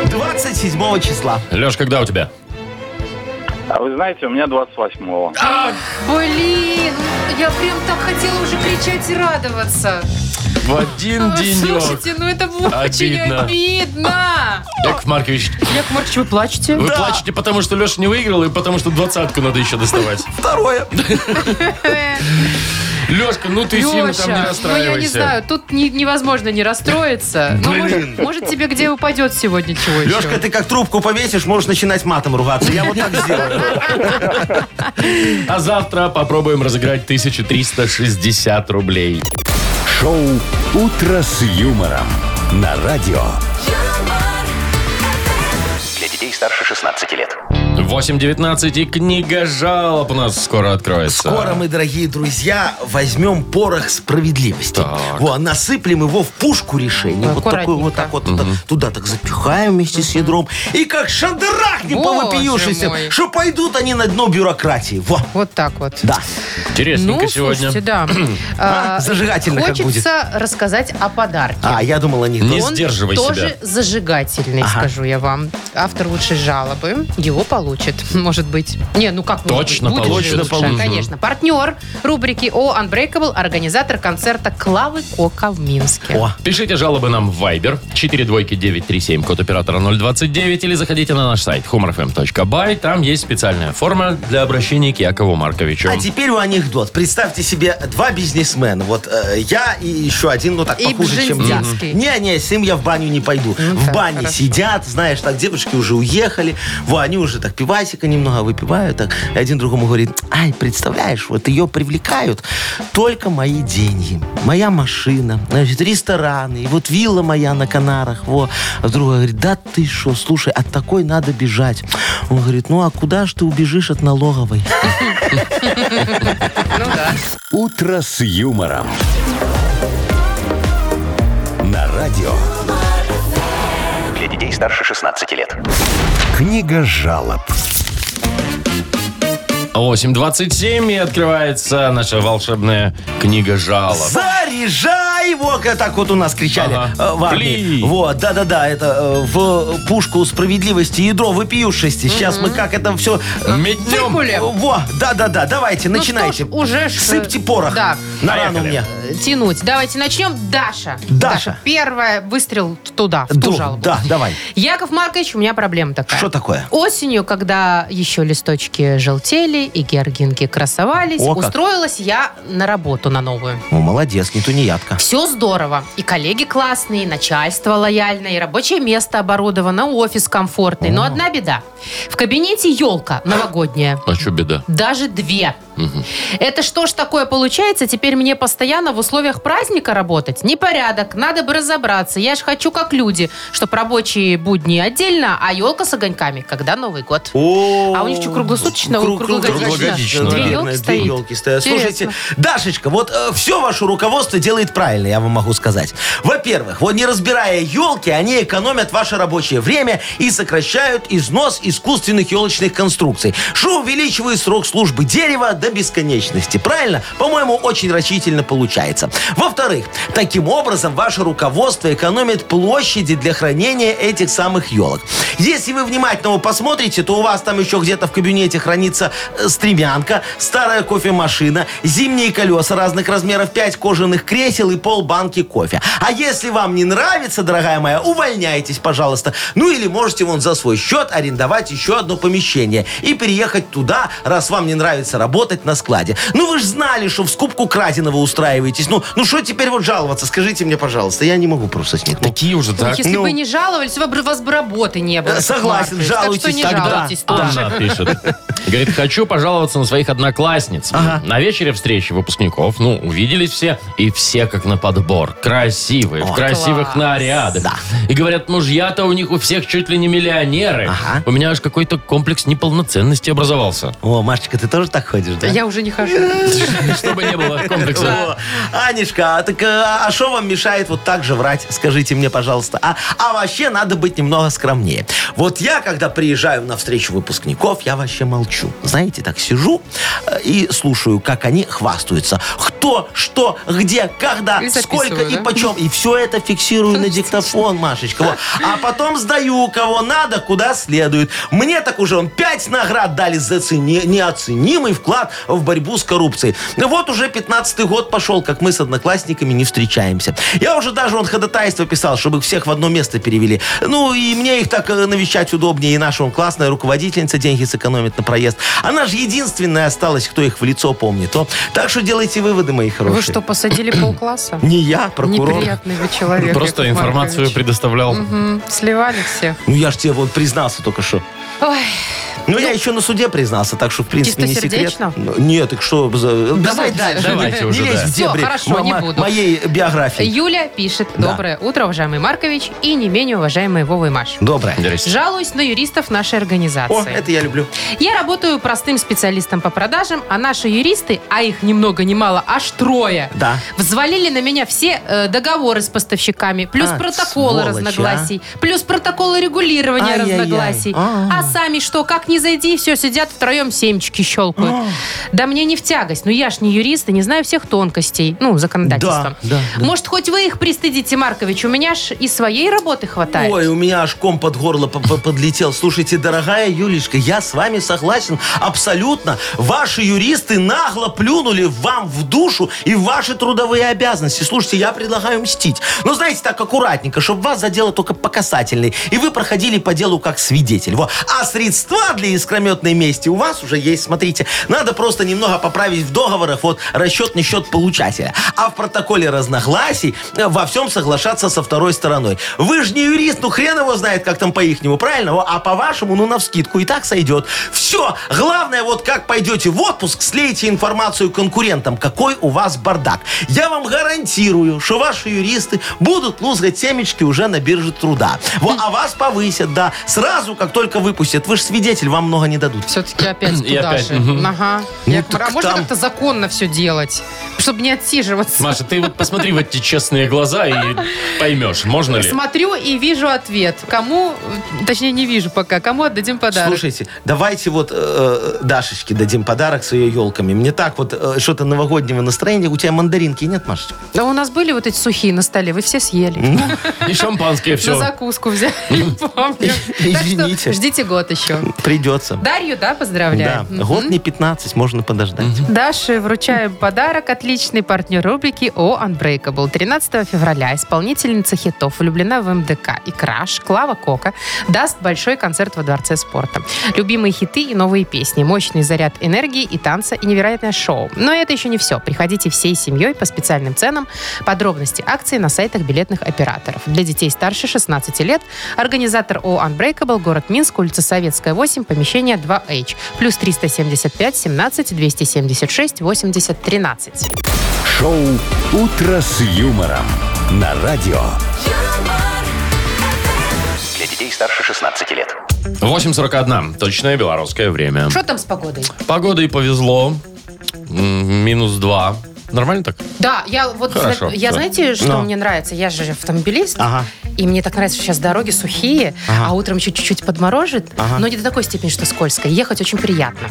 D: 27 числа.
B: Леш, когда у тебя?
G: А вы знаете, у меня 28-го.
C: Блин, ну я прям так хотела уже кричать и радоваться.
B: В один
C: Ой,
B: денек.
C: Слушайте, ну это очень
B: Обидно.
C: обидно.
B: Яков Маркович,
C: Яков Маркович, вы плачете?
B: вы плачете, потому что Леша не выиграл и потому что двадцатку надо еще доставать.
D: Второе.
B: Лешка, ну ты сильно
C: Леша,
B: там не
C: Э, ну я не
B: расстраивайся.
C: знаю, тут не- невозможно не расстроиться. Ну, может, может, тебе где упадет сегодня чего
D: Лешка,
C: еще.
D: ты как трубку повесишь, можешь начинать матом ругаться. Я вот так сделаю.
B: А завтра попробуем разыграть 1360 рублей.
A: Шоу Утро с юмором. На радио.
F: Для детей старше 16 лет.
B: 8.19 и книга жалоб у нас скоро откроется.
D: Скоро мы, дорогие друзья, возьмем порох справедливости.
B: Так.
D: Во, насыплем его в пушку решений. Вот такой вот так вот туда, туда так запихаем вместе с ядром. И как шандарахнем по
C: Боже
D: вопиюшисям,
C: мой.
D: что пойдут они на дно бюрократии. Во,
C: Вот так вот.
D: да.
B: Интересненько
C: Ну,
B: сегодня.
C: слушайте, да.
D: А,
C: А,
D: зажигательно как будет.
C: Хочется рассказать о подарке.
D: А, я думал, они...
B: Не
C: Он
B: сдерживай
C: тоже
B: себя.
C: зажигательный, скажу я вам. Автор лучшей жалобы его получит. получит, может быть. Не, ну как может
B: Точно
C: быть? Будет
B: получит.
C: же лучше,
B: Точно получит.
C: Конечно. Партнер рубрики «О Unbreakable» организатор концерта Клавы Кока в Минске.
D: О,
B: А, Пишите жалобы нам в Viber 42937, код оператора 029, или заходите на наш сайт humorfm.by. Там есть специальная форма для обращения к Якову Марковичу.
D: А теперь у анекдот. Представьте себе два бизнесмена. Вот э, я и еще один, ну так
C: И
D: похуже, чем я.
C: бжензинский.
D: Не-не, с ним я в баню не пойду.
C: Ну
D: в
C: так,
D: бане
C: хорошо.
D: сидят, знаешь, так девушки уже уехали. Во, они уже так пивасика немного выпивают. Так. И один другому говорит, ай, представляешь, вот ее привлекают только мои деньги. Моя машина, значит, рестораны, и вот вилла моя на Канарах. Во. А другой говорит, да ты что, слушай, от такой надо бежать. Он говорит, ну а куда ж ты убежишь от налоговой?
C: Ну да.
A: «Утро с юмором». На радио.
F: Для детей старше 16 лет.
A: Книга жалоб.
B: 8.27 и открывается наша волшебная книга жалоб.
D: Заряжай! Вот как так вот у нас кричали
B: Ага.
D: э, в армии.
B: Пли!
D: Вот, да-да-да, это э, в пушку справедливости ядро выпиюшести. Сейчас мы как это все...
B: Метнем.
C: Выгуляем.
D: Во, да-да-да, давайте,
C: Ну
D: начинайте.
C: что ж, уже ж, э,
D: Сыпьте порох
C: да.
D: на рану
B: Поехали.
D: мне.
C: Э, Тянуть. Давайте начнем. Даша.
D: Даша.
C: Первая выстрел туда, в ту
D: Друг,
C: жалобу.
D: Да, давай.
C: Яков Маркович, у меня проблема такая.
D: Что такое?
C: Осенью, когда еще листочки желтели и георгинки красовались,
D: О, как.
C: устроилась я на работу на новую.
D: О, молодец, не тунеядка.
C: Все здорово. И коллеги классные, и начальство лояльное, и рабочее место оборудовано, офис комфортный. Но одна беда. В кабинете елка новогодняя.
B: А что беда?
C: Даже две. Это что ж такое получается? Теперь мне постоянно в условиях праздника работать? Непорядок, надо бы разобраться. Я ж хочу как люди, чтоб рабочие будни отдельно, а елка с огоньками, когда Новый год.
D: О,
C: А у них что, круглосуточно,
D: кру-
C: круглогодично?
B: Круглогодично,
C: Две
D: наверное,
C: елки
D: две
C: стоит.
D: елки стоят.
C: Интересно.
D: Слушайте, Дашечка, вот все ваше руководство делает правильно, я вам могу сказать. Во-первых, вот не разбирая елки, они экономят ваше рабочее время и сокращают износ искусственных елочных конструкций, что увеличивает срок службы дерева до бесконечности. Правильно? По-моему, очень рачительно получается. Во-вторых, таким образом ваше руководство экономит площади для хранения этих самых елок. Если вы внимательно его посмотрите, то у вас там еще где-то в кабинете хранится э, стремянка, старая кофемашина, зимние колеса разных размеров, 5 кожаных кресел и полбанки кофе. А если вам не нравится, дорогая моя, увольняйтесь, пожалуйста. Ну или можете вон за свой счет арендовать еще одно помещение и переехать туда, раз вам не нравится работать на складе. Ну вы же знали, что в скупку краденого устраиваетесь. Ну ну что теперь вот жаловаться? Скажите мне, пожалуйста, я не могу просто с них. Ну,
B: Такие уже так.
C: Если
D: ну.
C: бы не жаловались, вы бы- вас бы работы не было.
D: Э, согласен,
C: Маркович. Так
D: жалуйтесь
C: что не
D: тогда.
C: жалуйтесь
D: Да.
C: тоже.
B: Анна пишет. Говорит, хочу пожаловаться на своих одноклассниц. На вечере встречи выпускников, ну, увиделись все, и все как на подбор. Красивые, в красивых
C: класс.
B: нарядах. И говорят, мужья-то у них у всех чуть ли не миллионеры.
D: Ага.
B: У меня аж какой-то комплекс неполноценности образовался.
D: О, Машечка, ты тоже так ходишь, да?
C: Я уже не хожу.
B: Чтобы не было комплекса.
D: О, Анечка, а так э, а что вам мешает вот так же врать? Скажите мне, пожалуйста. А, а вообще надо быть немного скромнее. Вот я, когда приезжаю на встречу выпускников, я вообще молчу. Знаете, так сижу э, и слушаю, как они хвастаются. Кто, что, где, когда,
C: И записываю,
D: сколько и
C: да?
D: почем. И все это фиксирую на диктофон, Машечка. Во. А потом сдаю, кого надо, куда следует. Мне так уже он 5 наград дали за цене- неоценимый вклад в борьбу с коррупцией. Ну вот уже 15-й год пошел, как мы с одноклассниками не встречаемся. Я уже даже он ходатайство писал, чтобы их всех в одно место перевели. Ну и мне их так э, навещать удобнее. И наша он классная руководительница деньги сэкономит на проезд. Она же единственная осталась, кто их в лицо помнит. О, Так что делайте выводы, мои хорошие.
C: Вы что, посадили полкласса?
D: Не я, прокурор.
C: Неприятный вы человек.
B: Просто
C: Яков
B: информацию
C: Маркович.
B: предоставлял.
C: М, Сливали всех.
D: Ну я ж тебе вот признался только что.
C: Ой,
D: Ну, я еще на суде признался, так что, в принципе, не секрет.
C: Чистосердечно?
D: Ну, Нет, так что... за- Давай
C: Давайте.
D: дальше.
B: Давайте
D: Не
B: уже,
D: лезь
B: да.
D: в
C: Всё,
D: дебри
C: хорошо,
D: мо-
C: не
D: мо-
C: буду.
D: Моей биографии.
C: Юля пишет.
D: Да.
C: Доброе утро, уважаемый Маркович и не менее уважаемый Вова и Маша.
D: Доброе.
B: Здрасте.
C: Жалуюсь на юристов нашей организации.
D: О, это я люблю.
C: Я работаю простым специалистом по продажам, а наши юристы, а их ни много ни мало, аж трое,
D: Да.
C: взвалили на меня все э, договоры с поставщиками, плюс
D: А,
C: протоколы
D: сволочи,
C: разногласий, плюс протоколы регулирования
D: Ай-яй-яй.
C: разногласий.
D: А-а-а.
C: А сами что, как не зайди, все, сидят втроем семечки щелкают.
D: А.
C: да мне не в тягость, но я ж не юрист и не знаю всех тонкостей, ну, законодательства.
D: Да, да, да.
C: Может, хоть вы их пристыдите, Маркович, у меня ж и своей работы хватает.
D: Ой, у меня аж ком под горло по- по- подлетел. Слушайте, дорогая Юлечка, я с вами согласен абсолютно. Ваши юристы нагло плюнули вам в душу и в ваши трудовые обязанности. Слушайте, я предлагаю мстить. Но знаете, так аккуратненько, чтобы вас задело только по касательной. И вы проходили по делу как свидетель. Во. А средства для искрометной мести у вас уже есть, смотрите. Надо просто немного поправить в договорах вот расчетный счет получателя. А в протоколе разногласий э, во всем соглашаться со второй стороной. Вы же не юрист, ну хрен его знает, как там по-ихнему, правильно? Во, А по-вашему, ну навскидку, и так сойдет. Все. Главное, вот как пойдете в отпуск, слейте информацию конкурентам, какой у вас бардак. Я вам гарантирую, что ваши юристы будут лузгать семечки уже на бирже труда. Во, а вас повысят, да. Сразу, как только выпустят. Вы же свидетель, вам много не дадут.
C: Все-таки опять туда
B: И опять,
C: же.
B: мгм.
C: Ага.
D: Ну,
C: Яков Маркович,
D: так
C: а можно
D: там-
C: как-то законно все делать, чтобы не отсиживаться?
B: Маша, ты вот посмотри в эти честные глаза и поймешь, можно ли.
C: Смотрю и вижу ответ. Кому, точнее, не вижу пока, кому отдадим подарок.
D: Слушайте, давайте вот э, э, Дашечке дадим подарок с ее елками. Мне так вот э, что-то новогоднего настроения. У тебя мандаринки нет, Машечка? Ну,
C: Да у нас были вот эти сухие на столе, вы все съели.
B: И шампанское
C: Ну, На
B: все.
C: закуску взяли, помню. Так что
D: Извините.
C: ждите год еще.
D: Придется.
C: Дарью, да,
D: Да,
C: поздравляю? Мгм.
D: год не 15, можно подождать.
C: Даше вручаем подарок отличный партнер рубрики о Unbreakable. 13 февраля исполнительница хитов «Влюблена в МДК» и «Краш» Клава Кока даст большой концерт во Дворце спорта. Любимые хиты и новые песни, мощный заряд энергии и танца и невероятное шоу. Но это еще не все. Приходите всей семьей по специальным ценам. Подробности акции на сайтах билетных операторов. Для детей старше 16 лет организатор ООО Unbreakable, город Минск, улица Советская, 8, помещение 2H. Плюс 375 17 276 80 13.
A: Шоу «Утро с юмором» на радио.
F: Для детей старше 16 лет.
B: 8.41. Точное белорусское время.
C: Что там с погодой?
B: Погодой повезло. М, Минус 2. Нормально так?
C: Да, я вот...
B: Хорошо,
C: я
B: да.
C: знаете, что
D: Но.
C: мне нравится? Я же автомобилист.
D: Ну. Ага.
C: И мне так нравится, что сейчас дороги сухие, а утром еще чуть-чуть подморожит, но не до такой степени, что скользко. И Ехать очень приятно.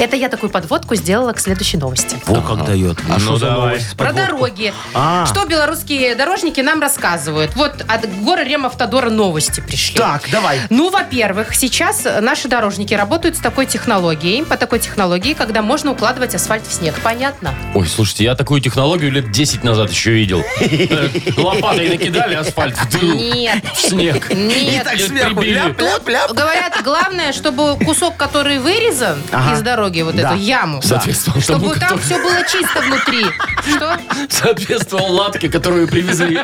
C: Это я такую подводку сделала к следующей новости.
D: Во как дает. А
B: Ну
D: что за
B: давай.
D: новость?
C: Про
D: Подводку.
C: дороги.
D: А.
C: Что белорусские дорожники нам рассказывают? Вот от гора Ремавтодора новости пришли.
D: Так, давай.
C: Ну, во-первых, сейчас наши дорожники работают с такой технологией, по такой технологии, когда можно укладывать асфальт в снег. Понятно?
B: Ой, слушайте, я такую технологию лет 10 назад еще видел. Э, Лопатой накидали асфальт в дыру,
C: Нет.
B: в снег.
D: И
C: Нет.
D: так
B: Нет,
D: сверху.
B: прибили.
C: А
D: ляп, ляп, ляп.
C: Говорят, главное, чтобы кусок, который вырезан
D: Ага.
C: из дороги, вот
D: Да.
C: эту яму,
B: Соответствовал тому,
C: чтобы там
B: который-
C: все было чисто внутри. Что?
B: Соответствовал латке, которую привезли.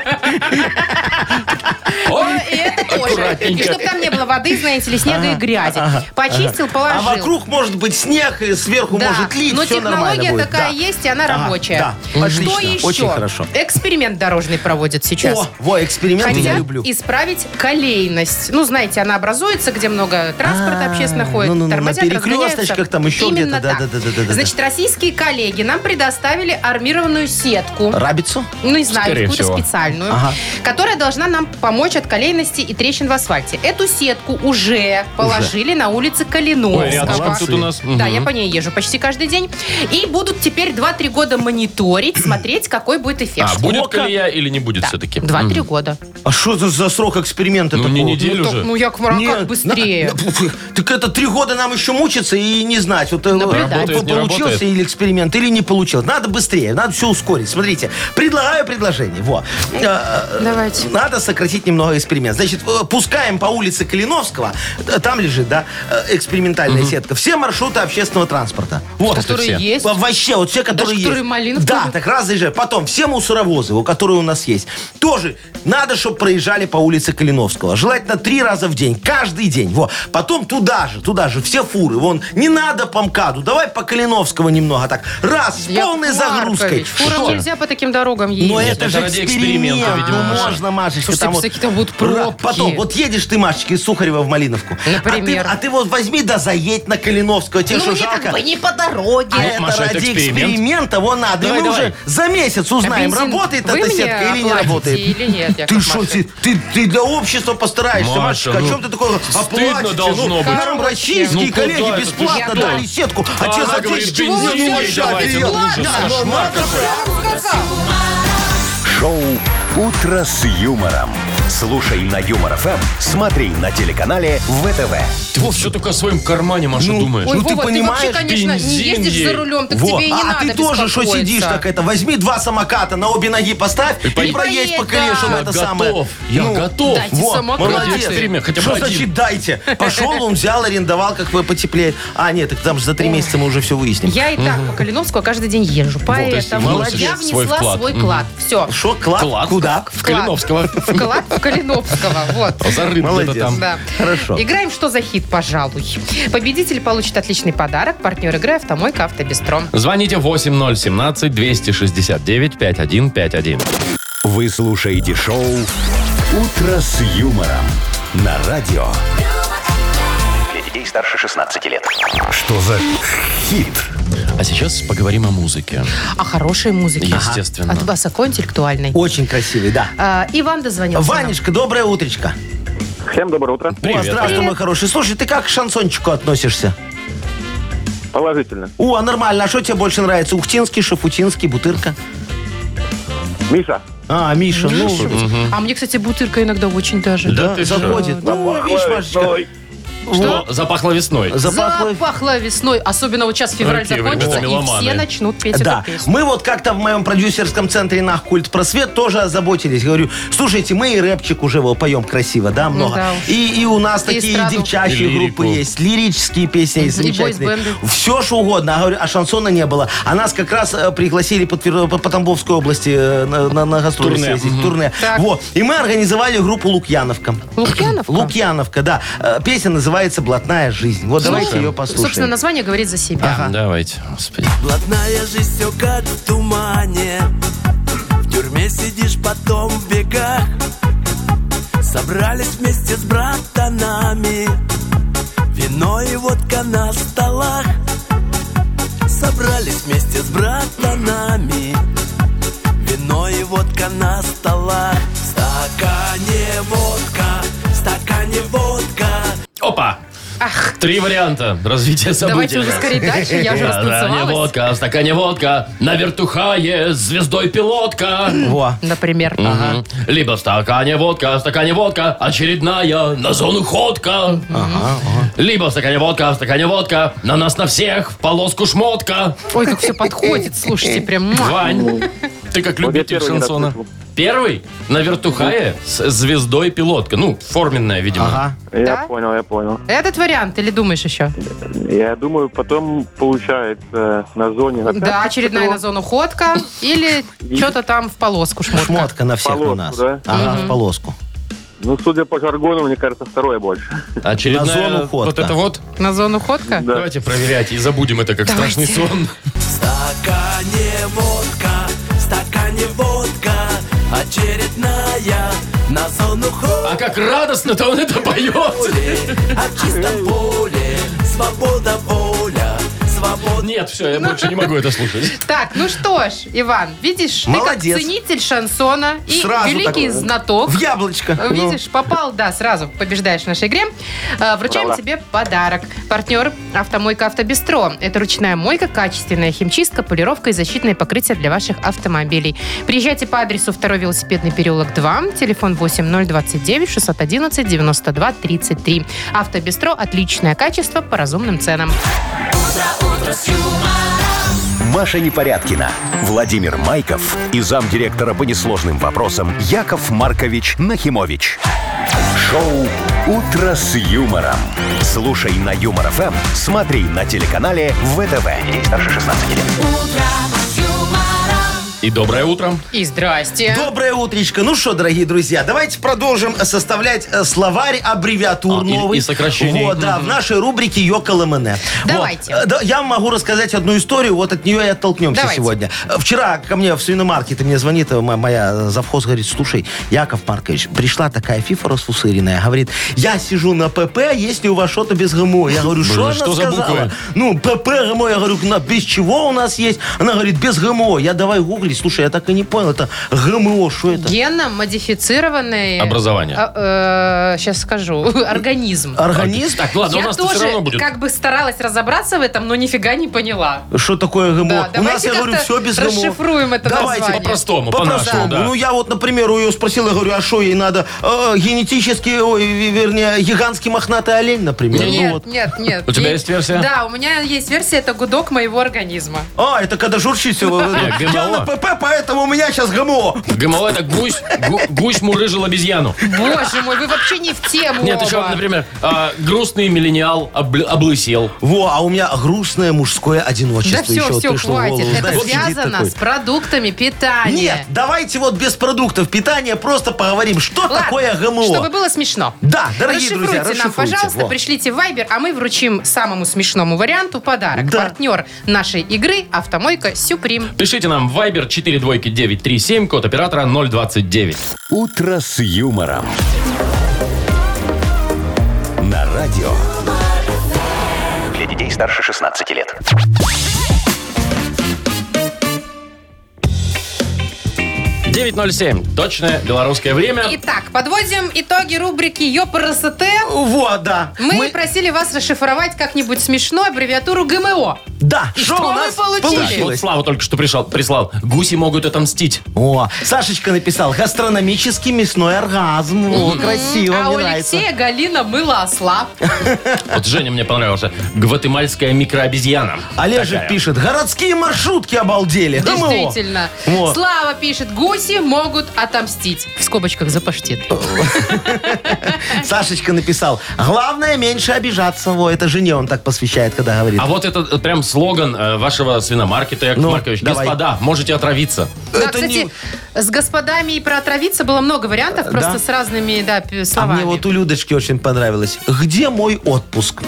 C: Ну,
B: Ой,
C: И это тоже. И
B: аккуратненько.
C: чтобы там не было воды, знаете ли, снега и грязи. Почистил,
D: А
C: положил.
D: вокруг может быть снег, и сверху
C: Да,
D: может лить,
C: но
D: все нормально
C: технология
D: будет.
C: такая
D: Да.
C: есть, и она
D: Ага,
C: рабочая.
D: да.
C: Что
D: Отлично,
C: еще?
D: очень хорошо.
C: Эксперимент дорожный проводят сейчас.
D: О, во, эксперименты я
C: Хотят
D: люблю.
C: исправить колейность. Ну, знаете, она образуется, где много транспорта
D: А,
C: общественно ходит.
D: ну-ну-ну, на
C: тормозят,
D: перекресточках
C: разгоняются.
D: там еще
C: Именно
D: где-то,
C: так.
D: да-да-да-да-да-да.
C: Значит, российские коллеги нам предоставили армированную сетку.
D: Рабицу?
C: Ну, не знаю,
B: Скорее
C: какую-то
B: всего.
C: специальную,
D: Ага.
C: которая должна нам помочь от колейности и трещин в асфальте. Эту сетку уже положили на улице Калиновского.
B: Ой, рядышком тут у нас.
C: Да,
B: Мгм.
C: я по ней езжу почти каждый день. И будут теперь 2-3 года мониторить, смотреть, какой будет эффект.
B: А, будет колея или не будет все-таки?
C: 2-3 года.
D: А что за, за срок эксперимента
B: Ну,
D: такого?
B: не неделю
C: Ну, так,
B: же.
C: ну, Яков Маркович,
D: Нет,
C: как быстрее.
D: на- на- пф, так это три года нам еще мучиться и не знать, вот э,
C: Наблюдать.
D: вот
B: Работает, не работает.
D: получился или эксперимент, или не получился. Надо быстрее, надо все ускорить. Смотрите, предлагаю предложение. Во. Э,
C: Давайте.
D: Надо сократить немного эксперимент. Значит, э, пускаем по улице Калиновского, э, там лежит, да, э, экспериментальная сетка, все маршруты общественного транспорта. Вот.
C: Которые
B: все.
C: есть.
D: Во- Вообще, вот все, которые
C: которые
D: есть.
C: малинку
D: да,
C: любят.
D: так раз заезжают. Потом все мусоровозы, у- которые у нас есть, тоже надо, чтобы проезжали по улице Калиновского. Желательно три раза в день, каждый день. Во. Потом туда же, туда же, все фуры. Вон, не надо по МКАДу, давай по Калиновского немного так. Раз, с
C: Яков
D: полной
C: Маркович,
D: загрузкой.
C: Фурам нельзя по таким дорогам ездить.
D: Но
B: Нет,
D: это
B: это
D: же
B: ради
D: эксперимент.
B: эксперимента, видимо,
D: ну
B: Маша.
D: можно, Машечка.
C: Слушайте,
D: там вот-
C: всякие там будут
D: Ра-
C: пробки.
D: Потом
C: Ты.
D: вот едешь ты, Машечка, из Сухарева в Малиновку.
C: Например.
D: А ты, а ты вот возьми да заедь на Калиновского, тебе что,
C: Ну, мне
D: жалко?
C: как бы не по дороге.
D: А это
B: Маша, это
D: ради
B: эксперимент.
D: эксперимента вон надо.
B: Давай,
D: и мы
B: давай.
D: уже за месяц узнаем,
C: А бензин
D: работает
C: вы
D: эта
C: мне
D: сетка или не
C: оплатите
D: работает.
C: или нет, Яков
D: ты что,
C: Маркович?
D: ты, ты, ты для общества постараешься,
B: Маша,
D: Машечка.
B: ну,
D: о чем ты такое
B: стыдно
D: оплатите?
B: должно
D: ну,
B: быть.
D: Нам
C: Коробочки.
D: российские
B: Ну, куда
D: коллеги
B: это? Ты
D: бесплатно
B: что?
D: дали сетку, а,
B: А
D: те
B: она
D: за
B: говорит,
D: 10
B: бензин
D: тысяч
B: ей
D: вообще
B: давайте, ну,
D: офигенно.
B: ужас,
D: Да, ну,
B: кошмар
D: надо же.
A: Шоу «Утро с юмором». Слушай на Юмор ФМ, смотри на телеканале ВТВ.
B: Ты Вов, все только о своем кармане, Маша,
D: Ну,
B: думаешь.
C: Ой,
D: ну, ты
C: Вова, ты вообще,
D: понимаешь,
C: конечно, не
B: бензин
C: ездишь
B: ей.
C: за рулем, так
D: Вот.
C: тебе и не
D: а
C: надо
D: ты тоже что
C: беспокоиться.
D: сидишь так это? Возьми два самоката, на обе ноги поставь и,
B: поедь.
D: проедь по
C: Поедь, да.
D: колешу
B: Я
D: это
B: готов,
D: самое.
B: я
D: Ну,
B: готов.
C: Дайте самокат.
B: Молодец, время, хотя бы
D: что
B: один.
D: значит дайте? Пошел, он взял, арендовал, как вы потеплее. А, нет, так там же за три месяца мы уже все выясним.
C: Я и так по Калиновскому каждый день езжу, поэтому
B: молодец,
C: я
B: свой
C: внесла
B: вклад.
C: свой клад. Все,
D: Что, клад?
B: Клад?
D: Куда?
B: В Калиновского.
C: вклад в Калиновского, вот.
B: Зарыт где-то
D: Молодец.
B: там.
C: Да.
D: Хорошо.
C: Играем «Что за хит, пожалуй». Победитель получит отличный подарок. Партнер игры «Автомойка Автобестро».
B: Звоните 8017-269-5151.
A: Вы слушаете шоу «Утро с юмором» на радио.
F: Для детей старше 16 лет.
A: Что за хит?
B: А сейчас поговорим о музыке.
C: О хорошей музыке.
B: Естественно.
C: От вас такой интеллектуальной.
D: Очень красивый, да.
C: А, Иван дозвонился. нам.
D: Ванечка, доброе утречко.
G: Всем доброе утро.
D: О,
B: Привет.
D: здравствуй, мой хороший. Слушай, ты как к шансончику относишься?
G: Положительно.
D: О, нормально. А что тебе больше нравится? Ухтинский, шафутинский, бутырка?
G: Миша,
D: А, Миша, ну,
C: А мне, кстати, бутырка иногда очень даже.
B: Да ты что?
D: заходит. Ну, видишь, Машечка,
G: Ой,
B: Что? Запахло весной.
D: запахло
C: Запахло весной. Особенно вот сейчас февраль
B: Какие вы,
C: закончится,
B: ребята,
C: и
B: меломаны.
C: все начнут петь
D: Да,
C: эту песню.
D: мы вот как-то в моем продюсерском центре на культ просвет тоже озаботились. Говорю, слушайте, мы и рэпчик уже его поем красиво, да, много.
C: Ну да уж.
D: и, и у нас
C: И
D: такие
C: эстраду.
B: И
D: девчачьи
B: лирику.
D: группы есть, лирические песни есть,
C: И
D: замечательные.
C: бойсбенды.
D: Все что угодно. А говорю, а шансона не было. А нас как раз э, пригласили по, Твер- по- по Тамбовской области э, на, на, на гастроли
B: Турне.
D: съездить, турне.
C: Так.
D: Вот. И мы организовали группу Лукьяновка.
C: Лукьяновка?
D: Лукьяновка, да. Э, Песня называется «Блатная жизнь». Вот давайте ее послушаем.
C: Собственно, название говорит за себя.
B: Давайте, господи.
H: Блатная жизнь все как в тумане В тюрьме сидишь, потом в бегах Собрались вместе с братанами Вино и водка на столах Собрались вместе с братанами Вино и водка на столах В стакане водка, в стакане водка
B: Опа!
C: Ах.
B: Три варианта развития событий.
C: Давайте уже скорее дальше, я уже
B: Да, да, не
C: растанцевалась.
B: водка, в стакане водка, на вертухае с звездой пилотка.
D: Во.
C: Например.
B: Мгм. Либо в стакане водка, в стакане водка, очередная на зону ходка. Либо в стакане водка, в стакане водка, на нас на всех, в полоску шмотка.
C: Ой, как все подходит, слушайте, прям. муа.
B: Вань, ты как
G: Вот я
B: любитель
G: первый не раз
B: шансона.
G: слышал.
B: Первый? На вертухае с звездой пилотка. Ну, форменная, видимо.
D: Ага.
C: Да?
G: я понял, я поел.
C: Этот вариант или думаешь еще?
G: Я думаю, потом получается на зоне опять
C: Да, очередная на зону ходка или что-то там в полоску шмотка.
D: Шмотка на всех у
G: полоску,
D: нас.
G: да?
D: Ага, в полоску.
G: Ну, судя по жаргону, мне кажется, второе больше.
B: Очередная
D: На зону
B: вот
D: ходка.
B: это вот.
C: На зону ходка?
G: Да.
B: Давайте проверять и забудем это как страшный сон.
H: стакане водка, в стакане водка, очередная на зону
B: А
H: ходит.
B: как радостно-то он это поет.
H: А в чистом поле свобода воля, свобода.
B: Нет, все, я больше не могу это слушать.
C: Так, ну что ж, Иван, видишь, ты
D: Молодец.
C: как ценитель шансона и
D: Сразу
C: великий
D: так.
C: знаток.
D: В яблочко. Ну.
C: Видишь, попал, да, сразу побеждаешь в нашей игре. Э, Вручаем
G: Ура.
C: тебе подарок. Партнер «Автомойка Автобестро». Это ручная мойка, качественная химчистка, полировка и защитное покрытие для ваших автомобилей. Приезжайте по адресу 2 велосипедный переулок 2, телефон 8029 611 92 33. «Автобестро» – отличное качество по разумным ценам.
A: Маша Непорядкина, Владимир Майков и замдиректора по несложным вопросам Яков Маркович Нахимович. Шоу «Утро с юмором». Слушай на Юмор ФМ, смотри на телеканале ВТВ. Здесь старше 16 лет.
B: И доброе утро.
C: И здрасте.
D: Доброе утречко. Ну что, дорогие друзья, давайте продолжим э, составлять э, словарь аббревиатур
B: А, и-
D: новый.
B: и сокращений.
D: Вот, да, в нашей рубрике «Йоколэмэне».
C: Давайте.
D: Вот. Э, да, Я вам могу рассказать одну историю, вот от нее и оттолкнемся
C: Давайте.
D: сегодня. Э, Вчера ко мне в свиномаркет мне звонит э, мо- моя завхоз, говорит, слушай, Яков Маркович, пришла такая фифа расфусыренная, говорит, я сижу на ПП, если у вас что-то без ГМО. Я говорю, что она
B: что за буквы?»
D: сказала? Ну, ПП, ГМО, я говорю, «На- без чего у нас есть? Она говорит, без ГМО. Я давай гуглить, слушай, я так и не понял, это ГМО, что это?
C: Генно модифицированное...
B: Образование.
C: сейчас а, э, скажу. Организм.
D: А,
B: А
D: Организм?
B: Так, ладно, у
C: Я
B: нас то
C: тоже
B: все равно будет.
C: как бы старалась разобраться в этом, но нифига не поняла.
D: Что такое ГМО?
C: ну Да,
D: у нас,
C: давайте
D: я говорю,
C: как-то
D: все без ГМО.
C: расшифруем это
D: Давайте.
C: название.
B: По-простому,
D: По-простому.
B: по-нашему, да.
D: Ну, я вот, например, у ее спросил, я говорю, а что ей надо? Э, генетический, ой, ве- вернее, гигантский мохнатый олень, например. Ну
C: Нет,
D: вот.
C: нет, нет.
B: У тебя
C: И-
B: есть версия?
C: Да, у меня есть версия, это гудок моего организма.
D: А, это когда журчит всё.
B: Нет,
D: Я
B: ГМО.
D: на ПП, поэтому у меня сейчас ГМО.
B: ГМО это гусь, гу- гусь мурыжил обезьяну.
C: Боже мой, вы вообще не в тему
B: Нет,
C: оба.
B: еще, например, а, грустный миллениал обл- облысел.
D: Во, а у меня грустное мужское одиночество
C: Да все,
D: еще вот
C: все,
D: пришло в
C: хватит.
D: голову,
C: Это
D: знаешь, сидит
C: связано
D: такой.
C: с продуктами а
D: Нет,
C: питания.
D: давайте вот без продуктов питания просто поговорим, что
C: Ладно,
D: такое ГМО.
C: Чтобы было смешно.
D: Да, дорогие
C: расшифруйте
D: друзья,
C: нам,
D: расшифруйте.
C: пожалуйста,
D: Во.
C: пришлите в Viber, а мы вручим самому смешному варианту подарок.
D: Да.
C: Партнер нашей игры «Автомойка Сюприм».
B: Пишите нам в Viber 42937, код оператора 029.
A: «Утро с юмором». На радио.
F: Для детей старше 16 лет.
B: Девять ноль семь. Точное белорусское время.
C: Итак, подводим итоги рубрики «Ёпрст».
D: Во, да.
C: Мы, просили вас расшифровать как-нибудь смешно аббревиатуру ГМО.
D: Да,
C: И
D: шо
C: что
D: у
C: мы
D: нас
C: получили?
B: Так, вот
D: получилось?
B: Слава только что пришел, прислал. Гуси могут отомстить.
D: О, Сашечка написал, гастрономический мясной оргазм. О, красиво,
C: а у
D: мне нравится.
C: Алексея Галина мыла осла.
B: Вот Женя мне понравился. Гватемальская микрообезьяна.
D: Олежек
B: Такая.
D: пишет, городские маршрутки обалдели. ГМО.
C: Действительно.
D: Во.
C: Слава пишет, гуси могут отомстить. В скобочках за паштет.
D: Сашечка написал, главное меньше обижаться. Во, это жене он так посвящает, когда говорит.
B: А вот это э, прям слоган э, вашего свиномаркета, Яков
D: Ну,
B: Маркович.
D: давай.
B: Господа, можете отравиться.
C: Да,
D: Это
C: кстати,
D: не-
C: с господами и про отравиться было много вариантов, просто
D: да?
C: с разными да, п-
D: А
C: словами.
D: мне вот у Людочки очень понравилось. Где мой отпуск?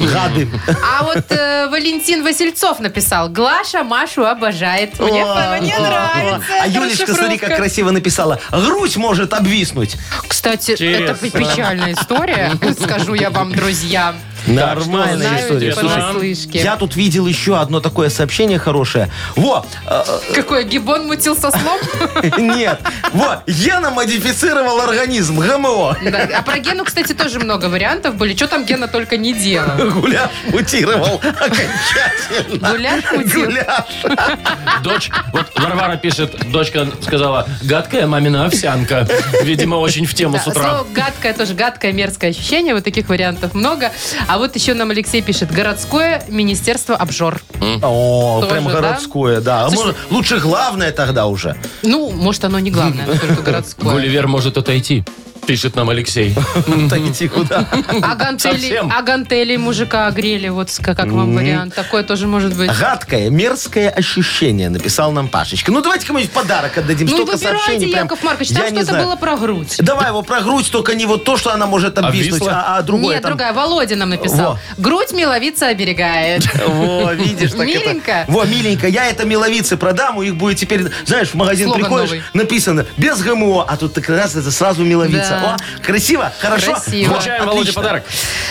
D: Гады.
C: А вот э, Валентин Васильцов написал, Глаша Машу обожает. Мне,
D: О,
C: мне
D: о,
C: нравится.
D: о. А
C: эта
D: Юлечка, смотри,
C: расшифровка.
D: как красиво написала. Грудь может обвиснуть.
C: Кстати,
B: Интересно.
C: это печальная история, скажу я вам, друзья.
D: Нормальная
C: Знаю
D: история.
C: эти
B: Слушай,
C: понаслышке.
D: Я тут видел еще одно такое сообщение хорошее. Во, э,
C: Какой гибон мутил со слом?
D: нет, во, гена модифицировал организм, ГМО.
C: Да. А про Гену, кстати, тоже много вариантов были. Что там Гена только не делал?
D: Гуляш мутировал окончательно.
C: Гуляш мутил.
D: Гуляш.
B: Дочь, вот Варвара пишет, дочка сказала, гадкая мамина овсянка. Видимо, очень в тему
C: Да,
B: с утра.
C: слово гадкое тоже гадкое, мерзкое ощущение. Вот таких вариантов много. А вот еще нам Алексей пишет: городское министерство обжор.
D: О,
C: Тоже,
D: прям
C: да?
D: городское, да. А
C: Слушай,
D: может, Лучше главное тогда уже.
C: Ну, может, оно не главное, оно только городское.
B: Гулливер может отойти, пишет нам Алексей.
D: Отойти куда?
C: А гантели,
B: Совсем.
C: а гантели мужика огрели. Вот с- как, как вам вариант. Такое тоже может
D: А
C: быть.
D: Гадкое, мерзкое ощущение, написал нам Пашечка. Ну, давайте кому-нибудь подарок отдадим.
C: Ну,
D: Столько
C: выбирайте,
D: сообщений. прям,
C: Яков Маркович, там
D: я не
C: что-то
D: знаю.
C: было про грудь.
D: Давай его про грудь, только не вот то, что она может обвиснуть,
B: Обвисла?
D: а, а другое
C: Нет,
D: там.
C: другая. Володя нам написал.
D: Во.
C: Грудь миловица оберегает.
D: Во, видишь, так это-
C: Миленько.
D: Во, миленько. Я это миловице продам, у них будет теперь, знаешь, в магазин
C: Слоган
D: приходишь,
C: новый.
D: написано без ГМО, а тут ты как раз это сразу
C: Да.
D: миловица. О, красиво, хорошо.
C: Красиво.
D: Вот,
B: Получаем Володе
D: отлично.
B: подарок.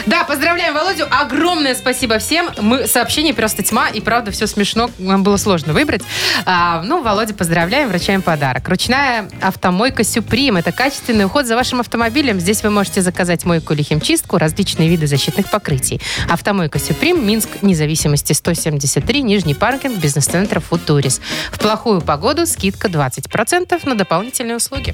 C: Да, поздравляем Володю. Огромное спасибо всем. Мы сообщений просто тьма, и правда все смешно. Нам было сложно выбрать. А, ну, Володя, поздравляем, вручаем подарок. Ручная автомойка Сюприм. Это качественный уход за вашим автомобилем. Здесь вы можете заказать мойку или химчистку, различные виды защитных покрытий. Автомойка Сюприм, Минск, независимости 173, Нижний паркинг, бизнес-центр Футурис. В плохую погоду скидка 20% на дополнительные услуги.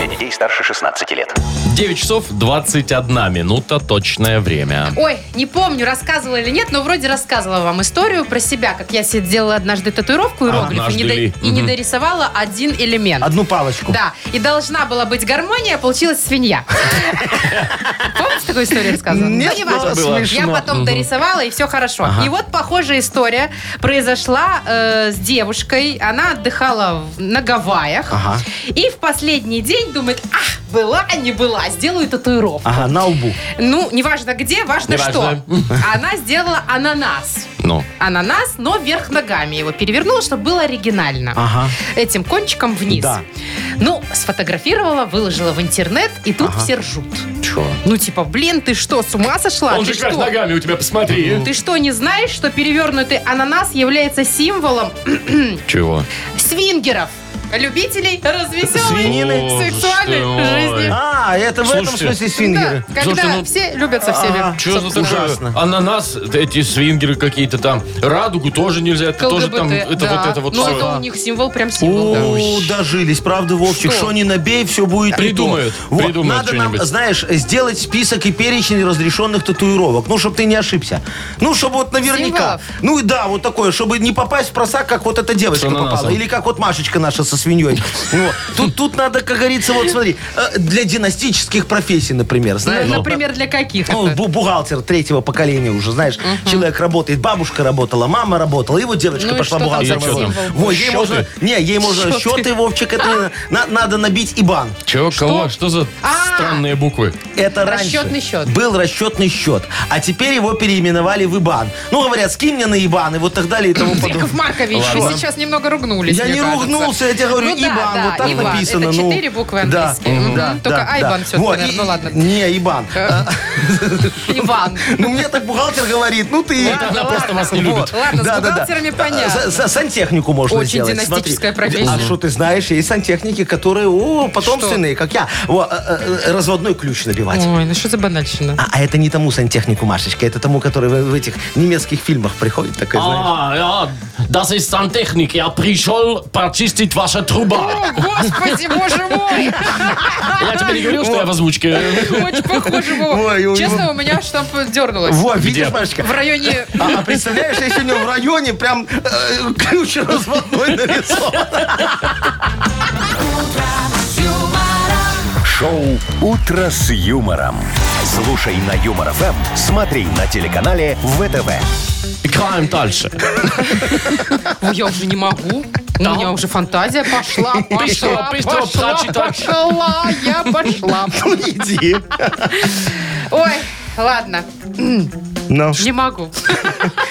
F: Для детей старше 16 лет.
B: 9 часов 21 минута, точное время.
C: Ой, не помню, рассказывала или нет, но вроде рассказывала вам историю про себя, как я себе делала однажды татуировку иероглиф и, не,
B: Однажды
C: до-
B: ли?
C: и не
B: Мгм.
C: дорисовала один элемент.
D: Одну палочку.
C: Да, и должна была быть гармония, а получилась свинья. Помнишь такую историю рассказывала?
D: Нет,
C: Ну, не важно.
D: но Забыла.
C: Я
D: смешно.
C: потом дорисовала, и все хорошо. И вот похожая история произошла э, с девушкой. Она отдыхала в- на Гавайях.
D: Ага.
C: И в последний день думает, ах, была, а не была, сделаю татуировку.
D: Ага, на лбу.
C: Ну, неважно где, важно
B: Неважно.
C: что. Она сделала ананас.
B: Ну,
C: Ананас, но вверх ногами его перевернула, чтобы было оригинально.
B: А.
D: Ага.
C: Этим кончиком вниз.
D: Да.
C: Ну, сфотографировала, выложила в интернет, и тут все ржут.
B: чё?
C: Ну, типа, блин, ты что, с ума сошла?
B: Он
C: ты
B: же как
C: что?
B: ногами у тебя, посмотри.
C: Ты что, не знаешь, что перевернутый ананас является символом
B: Чего?
C: свингеров? Любителей развеселой
D: Свинины?
B: О,
C: сексуальной
B: что ой.
C: жизни.
D: А, это в этом
B: Слушайте.
D: смысле
C: Да,
D: свингеры.
C: когда
B: Слушай, ну- а,
C: все любят со всеми.
D: Ага.
B: Чё за такое?
D: Ужасно.
B: Ананас, эти свингеры какие-то там, радугу тоже нельзя, это тоже там,
C: КЛГБТ,
B: это
C: да.
B: вот это вот
C: Ну,
B: всё.
C: это у них символ, прям символ, да.
D: О, дожились, правда, Вовчик?
C: Что?
D: Что не набей, все будет не то.
B: Придумают,
D: Вот,
B: придумают
D: Надо нам,
B: что-нибудь.
D: знаешь, сделать список и перечень разрешенных татуировок. Ну, чтобы ты не ошибся. Ну, чтобы вот наверняка.
C: Символов?
D: Ну, и да, вот такое, чтобы не попасть в просак, как вот эта девочка
B: С ананасом.
D: попала. Или как вот Машечка наша со свиньей. Вот. Тут, тут надо, как говорится, вот смотри, э, для династических профессий, например,
C: Ну,
D: знаешь.
C: Например, для каких
D: Ну,
C: это?
D: бу- бухгалтер третьего поколения уже, знаешь, человек работает, бабушка работала, мама работала, и вот девочка
C: Ну и
D: пошла
C: что там
D: бухгалтером.
B: за символ?
D: Во, ей
B: Счеты?
D: можно, не, ей можно
C: Счеты.
D: счеты, Вовчик, это на- надо набить ибан.
B: Чего, кого, что за
C: А!
B: странные буквы?
D: Это
C: Расчетный
D: раньше
C: счет.
D: был расчетный счет, а теперь его переименовали в ибан. Ну, говорят, скинь мне на ибан и вот так далее и тому подобное.
C: Яков Маркович, вы сейчас немного ругнулись,
D: Я
C: мне
D: не
C: кажется.
D: ругнулся, я тебе говорю,
C: Ну да,
D: Ибан,
C: да,
D: вот так
C: Иван.
D: написано.
C: Это
D: ну.
C: четыре буквы
D: Да,
C: английские.
D: мгм,
C: Мгм. Только Айбан всё-таки,
D: Во,
C: наверное,
D: и-
C: ну ладно.
D: Не, Ибан.
C: Иван.
D: Ну, мне так бухгалтер говорит, ну ты...
B: Это она
C: ладно.
B: просто вас не любит.
C: Ладно, с
D: Да, А, да, да.
C: бухгалтерами
D: Са-
C: понятно.
D: са- Сантехнику можно
C: Очень
D: сделать.
C: династическая
D: смотри.
C: профессия.
D: А что ты знаешь? Есть сантехники, которые, о, потомственные, как я. Во, э, э, разводной ключ набивать.
C: Ой, ну что за банальщина?
D: А, а это не тому сантехнику, Машечка, это тому, который в, в этих немецких фильмах приходит, такой, знаешь.
B: А, да, das ist Santechnik. Я пришел прочистить ваша
C: О,
B: труба.
C: господи, боже мой!
B: Я тебе не говорил, что я в озвучке.
C: Очень похоже,
D: Ой,
C: Вова.
D: ой,
C: Честно, у меня штамп дернулось.
D: Во, видишь, Машечка?
C: В районе...
D: А, а представляешь, я сегодня в районе прям э, ключ разводной нарисован.
A: Шоу «Утро с юмором». Слушай на Юмор ФМ, смотри на телеканале ВТВ.
B: Играем дальше.
C: Ой, Я уже не могу. У меня уже фантазия пошла, пошла,
B: быстро
C: пошла,
B: прочитай.
C: пошла, я пошла.
D: Ну, иди.
C: Ой, ладно,
D: Ну.
C: не могу.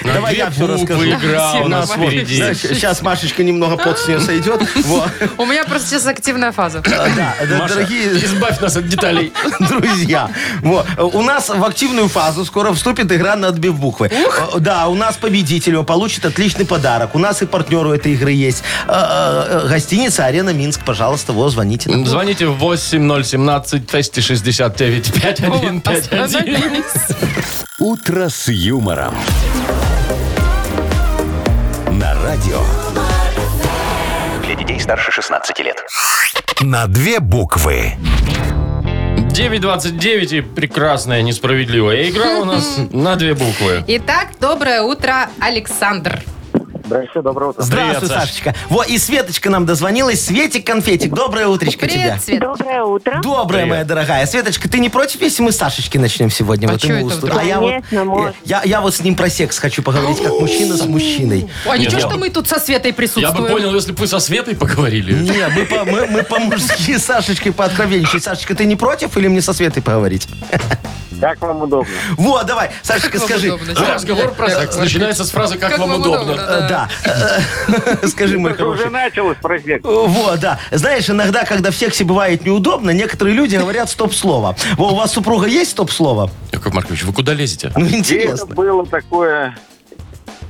D: Давай
B: Две
D: я все
B: буквы
D: расскажу.
B: игра у
C: Всем
B: нас
C: нормально.
B: впереди.
D: Сейчас Машечка немного пот с нее сойдет. Во.
C: У меня просто сейчас активная фаза.
D: Да, да,
B: Маша,
D: дорогие
B: избавь нас от деталей.
D: Друзья, вот, э, у нас в активную фазу скоро вступит игра на отбив буквы. Э, Да, у нас победитель он получит отличный подарок. У нас и партнеру этой игры есть. Э, э, э, Гостиница «Арена Минск». Пожалуйста, вот, звоните. нам.
B: Звоните в 8017 269 5151.
A: «Утро с юмором». На радио.
F: Для детей старше 16 лет.
A: На две буквы.
B: 9.29 и прекрасная, несправедливая игра у нас на две буквы.
C: Итак, доброе утро, Александр.
D: Здравствуй,
B: Привет, Саш.
D: Сашечка. Вот, и Светочка нам дозвонилась. Светик Конфетик, доброе утречко тебе.
C: Привет, Свет.
E: Доброе утро.
D: Доброе, моя дорогая. Светочка, ты не против, если мы с Сашечки начнем сегодня?
C: А
D: вот
C: чё
D: ему
C: это
D: устро-
C: вдруг?
D: а я вот,
E: Конечно, можно.
D: я, я вот с ним про секс хочу поговорить, как мужчина с мужчиной.
C: А
B: Нет,
C: ничего,
B: я
C: что
B: бы-
C: мы тут со Светой
B: Я
C: присутствуем?
B: бы понял, если бы вы со Светой поговорили.
D: Не, мы, по, мы, мы по-мужски с Сашечкой пооткровенничаем. Сашечка, ты не против или мне со Светой поговорить?
G: Как вам удобно?
D: Вот, давай, Сашечка,
C: Как вам
D: скажи.
C: удобно,
D: э,
C: Саш?
B: Разговор про секс начинается с фразы «Как вам удобно».
D: э, Да. Э, Скажи, мой хороший.
G: началось проспект.
D: Вот, да. Знаешь, иногда, когда в сексе бывает неудобно, некоторые люди говорят стоп-слово. Во, у вас супруга есть стоп-слово?
B: Яков Маркович, вы куда лезете?
D: Ну,
G: Это
D: интересно.
G: было такое...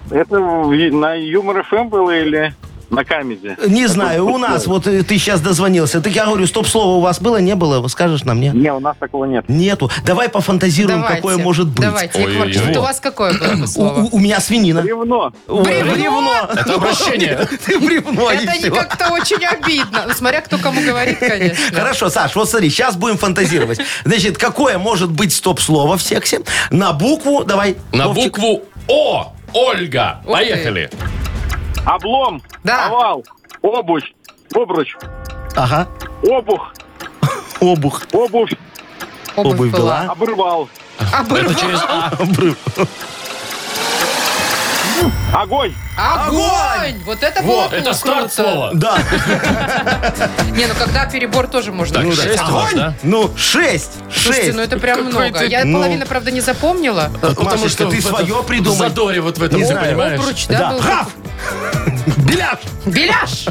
G: Это в- на Юмор ФМ было или... На камеди.
D: Э, Не знаю, у нас, вот э, ты сейчас дозвонился. Так я говорю, стоп-слово у вас было, не было? Скажешь нам, нет?
G: Не, у нас такого нет.
D: Нету. Давай пофантазируем,
C: Давайте.
D: какое может быть.
C: Давайте, Яков Маркович,
B: Ой-ой-ой.
C: вот у вас какое было бы
D: У,
C: слово?
D: у- у меня свинина.
G: Бревно.
D: Ой,
C: Бревно?
B: Это обращение.
D: Ты бревно, и
C: Это не
D: всё.
C: как-то очень обидно. Ну, Смотря кто кому говорит, конечно.
D: Хорошо, Саш, вот смотри, сейчас будем фантазировать. Значит, какое может быть стоп-слово в сексе? На букву, давай.
B: На
D: Вовчик.
B: букву О. Ольга.
C: Ух ты.
B: Поехали.
G: Облом.
C: Да.
G: Овал. Обуч. Обруч.
D: Ага.
G: Обух.
D: Обух.
G: Обувь.
D: Обувь была.
G: Обрывал.
C: Оборвала.
B: Это через А.
G: Огонь.
C: Огонь! Вот это было
B: Это
C: круто.
B: старт слова.
D: Да.
C: Не, ну когда перебор тоже можно.
B: Так,
C: решать.
B: шесть у вас,
D: Огонь?
B: да?
D: Ну, шесть.
C: Слушайте,
D: Шесть.
C: ну это прям
B: Какой
C: много.
B: ты-
C: Я
D: ну.
C: половину, правда, не запомнила.
D: Машечка, ты
B: в этом-
D: свое
B: в
D: придумай.
B: задоре вот в этом,
D: Не
B: ты
D: знаю.
B: понимаешь?
C: Обруч, да,
D: Да.
C: был?
D: Граф. Беляш.
C: Беляш!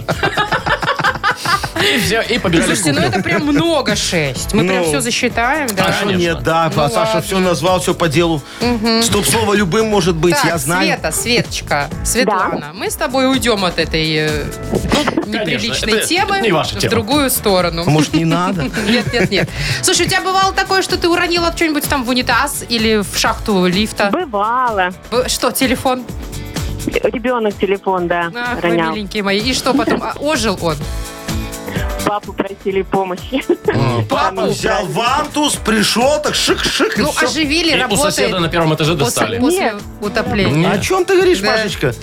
B: И все, и побежали в
C: Слушайте, ну
B: кухню.
C: это прям много шесть. Мы прям
D: Ну.
C: все засчитаем, да.
B: Хорошо. Конечно.
D: Нет, да,
C: Ну
D: а Саша
C: ладно.
D: все назвал, все по делу. Стоп-слово любым может быть,
C: Так,
D: я знаю.
C: Света, Светочка, Светлана, мы с тобой уйдем от этой э, неприличной
B: это-
C: темы
B: это не ваша
C: в
B: тема.
C: другую сторону.
D: Может, не надо?
C: Нет, нет, нет. Слушай, у тебя бывало такое, что ты уронила что-нибудь там в унитаз или в шахту лифта?
I: Бывало.
C: Б- Что, телефон?
I: Ребенок телефон, да,
C: Ах, вы
I: ронял.
C: миленькие мои. И что потом? А, Ожил он.
I: Папу просили помощи.
D: Папа взял вантус, пришел, так шик-шик, и
C: Ну,
D: все.
C: оживили,
B: И у соседа на
C: работает.
B: первом этаже
C: После,
B: достали.
C: после
I: Нет.
C: утопления.
D: О
B: Нет.
D: чем ты говоришь,
C: Да.
D: Машечка?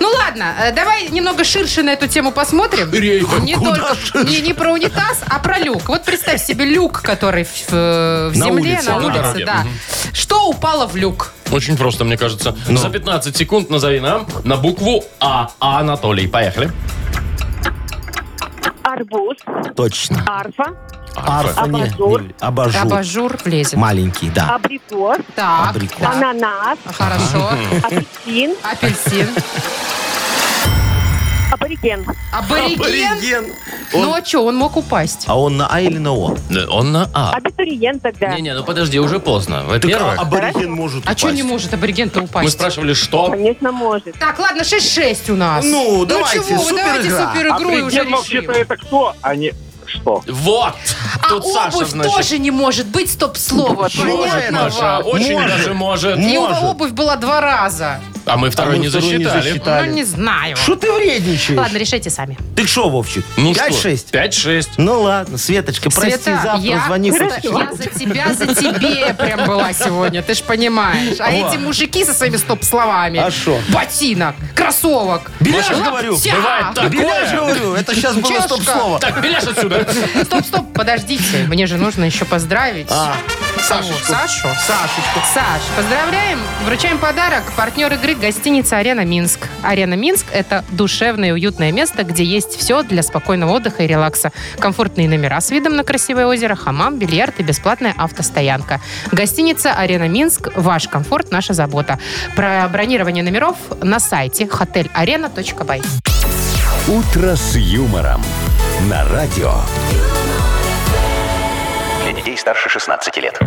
C: Ну ладно, э, давай немного ширше на эту тему посмотрим.
B: Рейха.
C: Не,
D: Куда
C: только,
D: ширше?
C: не, не про унитаз, а про люк. Вот представь себе люк, который в, э, в
D: На
C: земле,
D: улице,
C: на
D: на
C: улице,
B: дороге.
C: да. Что упало в люк?
B: Очень просто, мне кажется. За 15 секунд назови нам на букву А. А, Анатолий, поехали.
I: Арбуз,
D: Точно.
I: арфа,
D: Арфа не-
I: Абажур.
D: не- Абажур.
C: Абажур влезет.
D: Маленький, да.
I: абрикос,
C: Так,
D: Абрикос.
C: так,
I: ананас,
C: хорошо.
I: апельсин,
C: Апельсин.
I: абориген.
C: Абориген.
D: Он-
C: Ну а что, он мог упасть.
D: А он на А или на О?
B: Да, Он на А.
I: Абитуриент тогда.
B: Не-не, ну подожди, уже поздно.
D: Так а
B: Во-первых,
D: абориген может
C: А что
D: упасть.
C: не может абориген-то
B: мы
C: упасть?
B: спрашивали, что?
I: Конечно, может.
C: Так, ладно, 6-6 у нас.
D: Ну, давайте,
C: чего вы, давайте
D: суперигра.
C: супер игру и уже
G: Обрезен
C: решим.
G: вообще-то А это кто, а не что?
B: Вот!
C: А
B: Тут Саша,
C: обувь
B: значит.
C: тоже не может быть стоп-слово.
B: Может,
C: Понятно
B: Маша,
C: вам?
B: очень
D: Может.
B: даже может.
C: И у вас
D: Может.
C: обувь была два раза.
B: А мы второй
D: А мы
B: не
D: вторую не
B: засчитали.
D: засчитали. Далее.
C: Ну, не знаю.
D: Что ты вредничаешь?
C: Ладно, решайте сами.
D: Ты шо, Вовчик?
B: Ну что?
D: 5-6.
B: 5-6.
D: Ну ладно, Светочка, прости,
C: Света,
D: завтра
C: я,
D: звони.
C: Света, я за тебя, за тебе прям была сегодня, ты ж понимаешь. А эти мужики со своими стоп-словами.
D: А шо?
C: Ботинок, кроссовок.
D: Беляш,
C: лаптя.
D: говорю,
B: бывает так.
D: Беляш, говорю, это сейчас было
C: Чешка.
D: стоп-слово.
B: Так, беляш отсюда.
C: Стоп, стоп, подождите. Мне же нужно еще поздравить.
D: А,
C: Сашу. Сашу.
D: Сашечка.
C: Саш, поздравляем! Вручаем подарок. Партнер игры – гостиница «Арена Минск». «Арена Минск» – это душевное и уютное место, где есть все для спокойного отдыха и релакса. Комфортные номера с видом на красивое озеро, хамам, бильярд и бесплатная автостоянка. Гостиница «Арена Минск» – ваш комфорт, наша забота. Про бронирование номеров на сайте hotelarena.by.
A: «Утро с юмором» на радио.
F: Для детей старше 16 лет.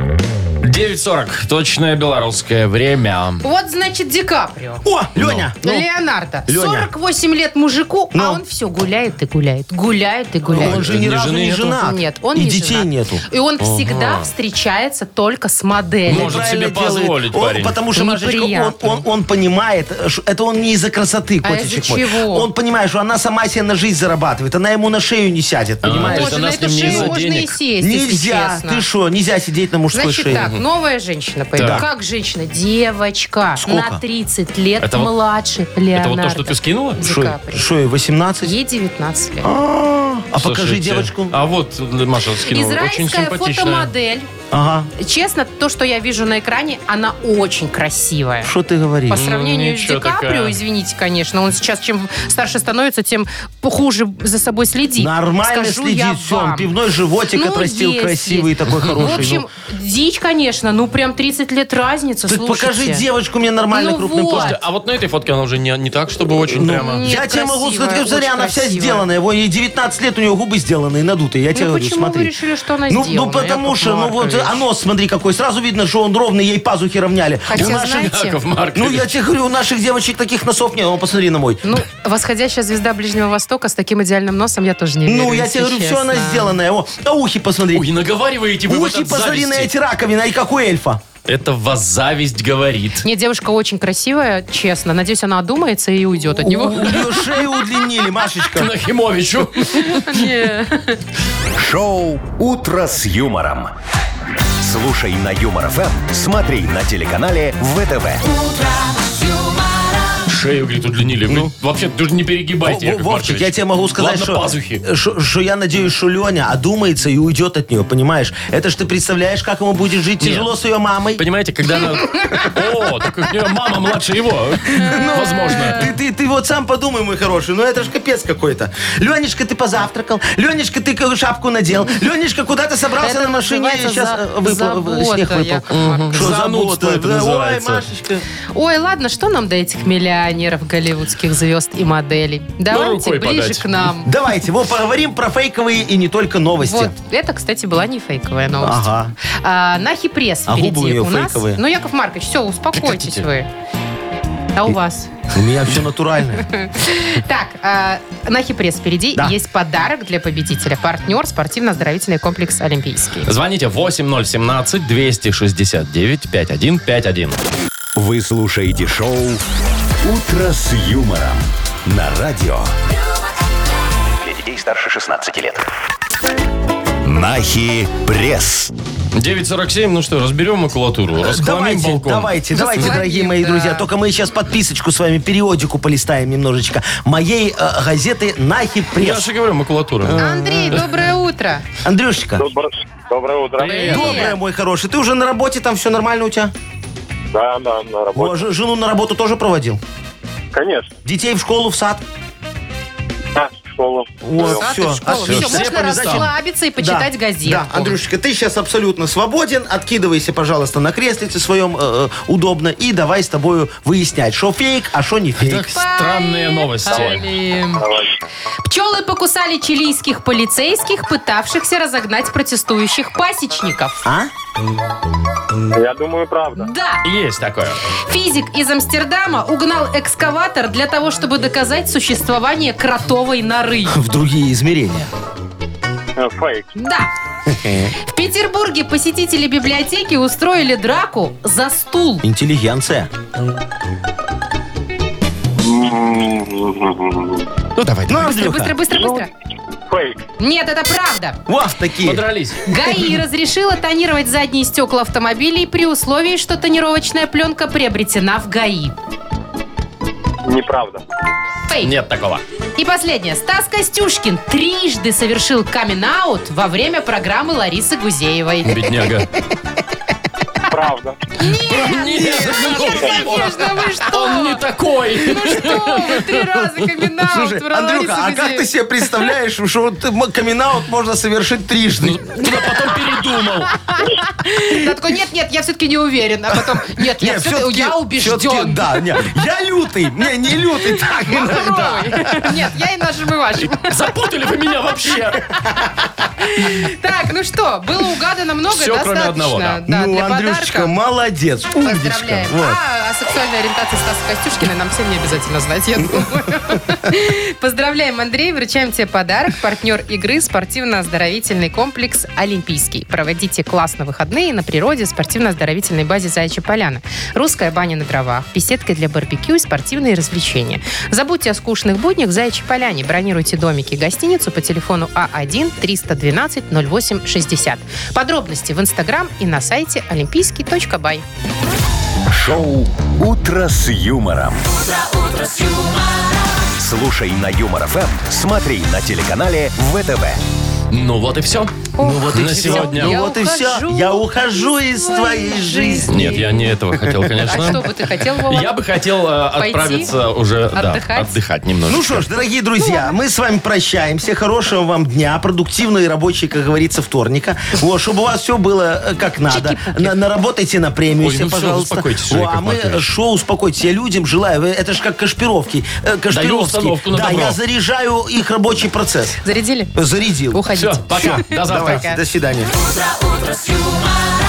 B: 9.40. Точное белорусское время.
C: Вот, значит, Ди Каприо.
D: О, Леня.
C: Леонардо.
D: Леня.
C: 48 лет мужику, а
D: Ну.
C: он все гуляет и гуляет. Гуляет и гуляет.
D: Он же ни
B: Ни
D: разу
B: жены
D: не
B: нету?
D: женат.
C: Нет, он
D: И
C: не
D: детей
C: женат.
D: нету.
C: И он всегда встречается только с моделью.
B: Может
D: Правильно
B: себе позволить
D: делает. Он-
B: парень.
D: потому что, Машечка, он,
C: Неприятно.
D: он- он понимает, что это он не из-за красоты,
C: А
D: котичек
C: из-за
D: мой.
C: чего?
D: Он понимает, что она сама себе на жизнь зарабатывает, она ему на шею не сядет, понимаешь?
B: то есть
C: Боже,
B: она
C: на
B: с
C: эту
B: ним не
C: шею
B: из-за
C: можно и
B: денег?
C: сесть, если
D: Нельзя,
C: честно.
D: ты что, нельзя сидеть на мужской
C: Значит
D: шее.
C: так, новая женщина появилась. Как женщина? Девочка.
D: Сколько?
C: На 30 лет
B: Это вот-
C: младше
B: Это
C: Леонардо.
B: вот то, что ты скинула?
C: Ди
D: Шо,
C: Каприо.
D: шо, ей 18?
C: Ей 19 лет.
D: А покажи
B: Слушайте,
D: девочку.
B: А вот Маша скинула. Очень
C: Израильская
B: симпатичная.
C: фотомодель.
D: Ага,
C: Честно, то, что я вижу на экране, она очень красивая.
D: что ты говоришь?
C: По сравнению с
B: ничего
C: Ди Каприо,
B: такая.
C: извините, конечно, он сейчас чем старше становится, тем хуже за собой следит.
D: Нормально
C: Скажу
D: следит,
C: я
D: всё, он
C: вам.
D: пивной животик
C: Ну,
D: отрастил
C: есть,
D: красивый
C: есть.
D: такой хороший.
C: В общем,
D: ну.
C: дичь, конечно, ну прям 30 лет разница,
D: Ты
C: слушайте.
D: покажи девочку мне нормально
C: Ну
D: крупным
C: вот.
D: планом.
B: Слушайте, а вот на этой фотке она уже не, не так, чтобы очень прямо...
C: Нет,
D: я тебе могу
C: красивая,
D: сказать, как смотри,
C: очень
D: она вся
C: красивая.
D: сделанная. Вон ей 19 лет, у нее губы сделанные, надутые. Я
C: Ну,
D: тебе говорю,
C: почему
D: смотри.
C: вы решили, что она
D: ну,
C: сделана,
D: ну потому
C: Яков
D: что, ну вот
C: Маркович?
D: оно, смотри, какой. Сразу видно, что он ровный, ей пазухи равняли.
C: Хотя,
D: у наших,
C: знаете,
B: Яков Маркович.
D: ну я тебе говорю, у наших девочек таких носов нет. Ну, посмотри на мой.
C: Ну, восходящая звезда Ближнего Востока с таким идеальным носом я тоже не верю,
D: Ну, я
C: если
D: тебе говорю, все она
C: честно.
D: сделанная. О, а ухи посмотри.
B: Ой, наговариваете вы вот
D: ухи
B: от
D: посмотри на
B: зависти.
D: эти раковины, и как у эльфа.
B: Это вас зависть говорит.
C: Не, девушка очень красивая, честно. Надеюсь, она одумается и уйдет от
D: У, у
C: него.
D: нее шею удлинили,
B: К
D: Машечка.
B: Нахимовичу.
A: Шоу «Утро с юмором». Слушай на Юмор ФМ, смотри на телеканале ВТВ.
B: Шею, говорит, удлинили. Ну, вообще, даже не перегибайте,
D: Во-
B: Яков
D: Вовчик,
B: Маркович.
D: я тебе могу сказать,
B: Ладно,
D: что,
B: пазухи.
D: что- что я надеюсь, что Леня одумается и уйдет от нее, понимаешь? Это ж ты представляешь, как ему будет жить тяжело с ее мамой.
B: Понимаете, когда она... О, так у нее мама младше его. Возможно.
D: Ты, ты, ты вот сам подумай, мой хороший, ну это ж капец какой-то. Ленечка, ты позавтракал, Ленечка, ты как шапку надел, Ленечка, куда ты собрался
C: Это
D: на машине,
C: называется
D: сейчас
C: за-
D: э, выпал-
C: забота,
D: снег выпал.
C: Яков Маркович.
D: Что
B: Занудство
D: забота?
B: это
D: Да,
B: называется.
D: Ой, Машечка.
C: Ой, ладно, что нам до этих миллионеров голливудских звезд и моделей? Давайте
B: Ну, рукой
C: ближе
B: подать.
C: к нам.
D: Давайте, вот поговорим про фейковые и не только новости.
C: Вот, это, кстати, была не фейковая новость.
D: Ага.
C: А, Нахи пресс
D: А
C: впереди
D: губы у нее
C: нас.
D: фейковые.
C: Ну, Яков Маркович, все, успокойтесь
B: Прекратите.
C: вы. А у вас?
D: У меня все натурально.
C: Так, а, Нахи пресс впереди.
D: Да.
C: Есть подарок для победителя. Партнер спортивно-оздоровительный комплекс «Олимпийский».
B: Звоните 8017-269-5151.
A: Вы слушаете шоу «Утро с юмором» на радио
F: Для детей старше 16 лет.
A: «Нахи Пресс».
B: 947, ну что, разберем макулатуру, расхламим
D: Давайте,
B: балкон.
D: давайте, давайте,
C: Расхламим,
D: дорогие мои
C: да.
D: друзья. Только мы сейчас подписочку с вами, периодику полистаем немножечко. Моей э, газеты «Нахи
B: Я
D: пресс».
B: же говорю, макулатура.
C: Андрей,
D: Э,
C: доброе утро.
D: Андрюшечка,
G: Доброе, доброе утро.
B: Привет.
D: доброе, мой хороший. Ты уже на работе, там все нормально у тебя?
G: Да, да, на
D: О, ж- жену на работу тоже проводил?
G: Конечно.
D: Детей в школу, в сад?
G: Да, в школу.
D: Вот,
C: Завтра
D: все.
C: в школу. Всё,
B: Все
C: можно
B: по местам.
C: расслабиться и почитать газету.
D: Да, Андрюшечка, ты сейчас абсолютно свободен. Откидывайся, пожалуйста, на креслице своем э, э, удобно и давай с тобою выяснять, что фейк, а что не фейк.
B: Так странные новости.
C: Блин. Пчелы покусали чилийских полицейских, пытавшихся разогнать протестующих пасечников.
D: А?
G: Я думаю, правда.
C: Да,
B: Есть такое.
C: физик из Амстердама угнал экскаватор для того, чтобы доказать существование кротовой норы.
D: В другие измерения. Э.
G: Э, Фейк.
C: Да. В Петербурге посетители библиотеки устроили драку за стул.
D: Интеллигенция.
B: Ну, давай.
D: Ну,
C: Быстро,
D: Андрюха,
C: быстро, быстро, быстро.
G: Фейк.
C: Нет, это правда.
D: вот такие.
B: Подрались.
C: ГАИ разрешила тонировать задние стекла автомобилей при условии, что тонировочная пленка приобретена в ГАИ.
G: Неправда.
C: Фейк.
B: Нет такого.
C: И последнее. Стас Костюшкин трижды совершил камин-аут во время программы Ларисы Гузеевой.
B: Бедняга.
G: Правда.
B: Нет,
C: Конечно, вы
B: ну, он не
C: что?
B: такой.
C: Ну что вы, три раза камин-аут
D: Слушай,
C: про Ларису
D: Андрюха, а как ты
C: Гузееву.
D: себе представляешь, что вот камин можно совершить
C: Ну,
D: трижды?
B: Туда потом передумал.
C: Да такой, нет-нет, я все-таки не уверен. А потом, нет, я,
D: Нет,
C: всё-таки-
D: всё-таки-
C: я
D: всё-таки,
C: убежден.
D: Да, нет. Я лютый. Не, не лютый, так иногда.
C: Здоровый. Нет, я и нашим, и вашим.
B: Запутали вы меня вообще.
C: Так, ну что, было угадано много,
B: Всё, кроме
C: достаточно.
B: одного, да.
C: Да,
D: ну,
C: для
D: Андрюшечка,
C: подарка.
D: молодец. Умничка.
C: Поздравляем.
D: Вот.
C: А, о сексуальной ориентации Стаса Костюшкина нам всем не обязательно знать, я думаю. Поздравляем, Андрей, вручаем тебе подарок. Партнер игры спортивно-оздоровительный комплекс «Олимпийский». Проводите классно выходные на природе в спортивно-оздоровительной базе «Заячья поляна». Русская баня на дровах, беседка для барбекю и спортивные развлечения. Забудьте о скучных буднях в «Заячьей поляне». Бронируйте домики и гостиницу по телефону А А1-312-08-60. Подробности в Инстаграм и на сайте олимпийский.бай.
A: Шоу «Утро с юмором». Слушай на Юмор ФМ, смотри на эм, телеканале ВТВ.
B: Ну вот и все.
C: Ух,
D: Ну вот и
B: На
D: всё.
B: сегодня.
D: Ну
C: Я
D: вот и все.
C: ухожу
D: Я ухожу из твоей жизни.
B: Ну, Нет, я не этого хотел,
C: А
B: конечно.
C: что бы ты хотел, Вова?
B: Я бы хотел э,
C: Пойти?
B: отправиться уже да,
C: Отдыхать?
B: отдыхать немножко.
D: Ну что ж, дорогие друзья, мы с вами прощаемся. Хорошего вам дня, продуктивной и рабочей, как говорится, вторника. Вот, чтобы у вас все было э, как надо. На- наработайте на премию
B: Ой,
D: себе,
B: ну всё,
D: пожалуйста.
B: успокойтесь,
D: Во,
B: Яков
D: а мы
B: Маркович.
D: шоу успокойтесь. Я людям желаю. э, Это же как Кашпировки. э,
B: установку
D: Кашпировский.
B: на
D: Да,
B: добро.
D: я заряжаю их рабочий процесс.
C: Зарядили?
D: Зарядил.
C: Уходите.
B: Все, пока. До завтра.
D: Давайте, до свидания.
H: Утро, утро с юмором.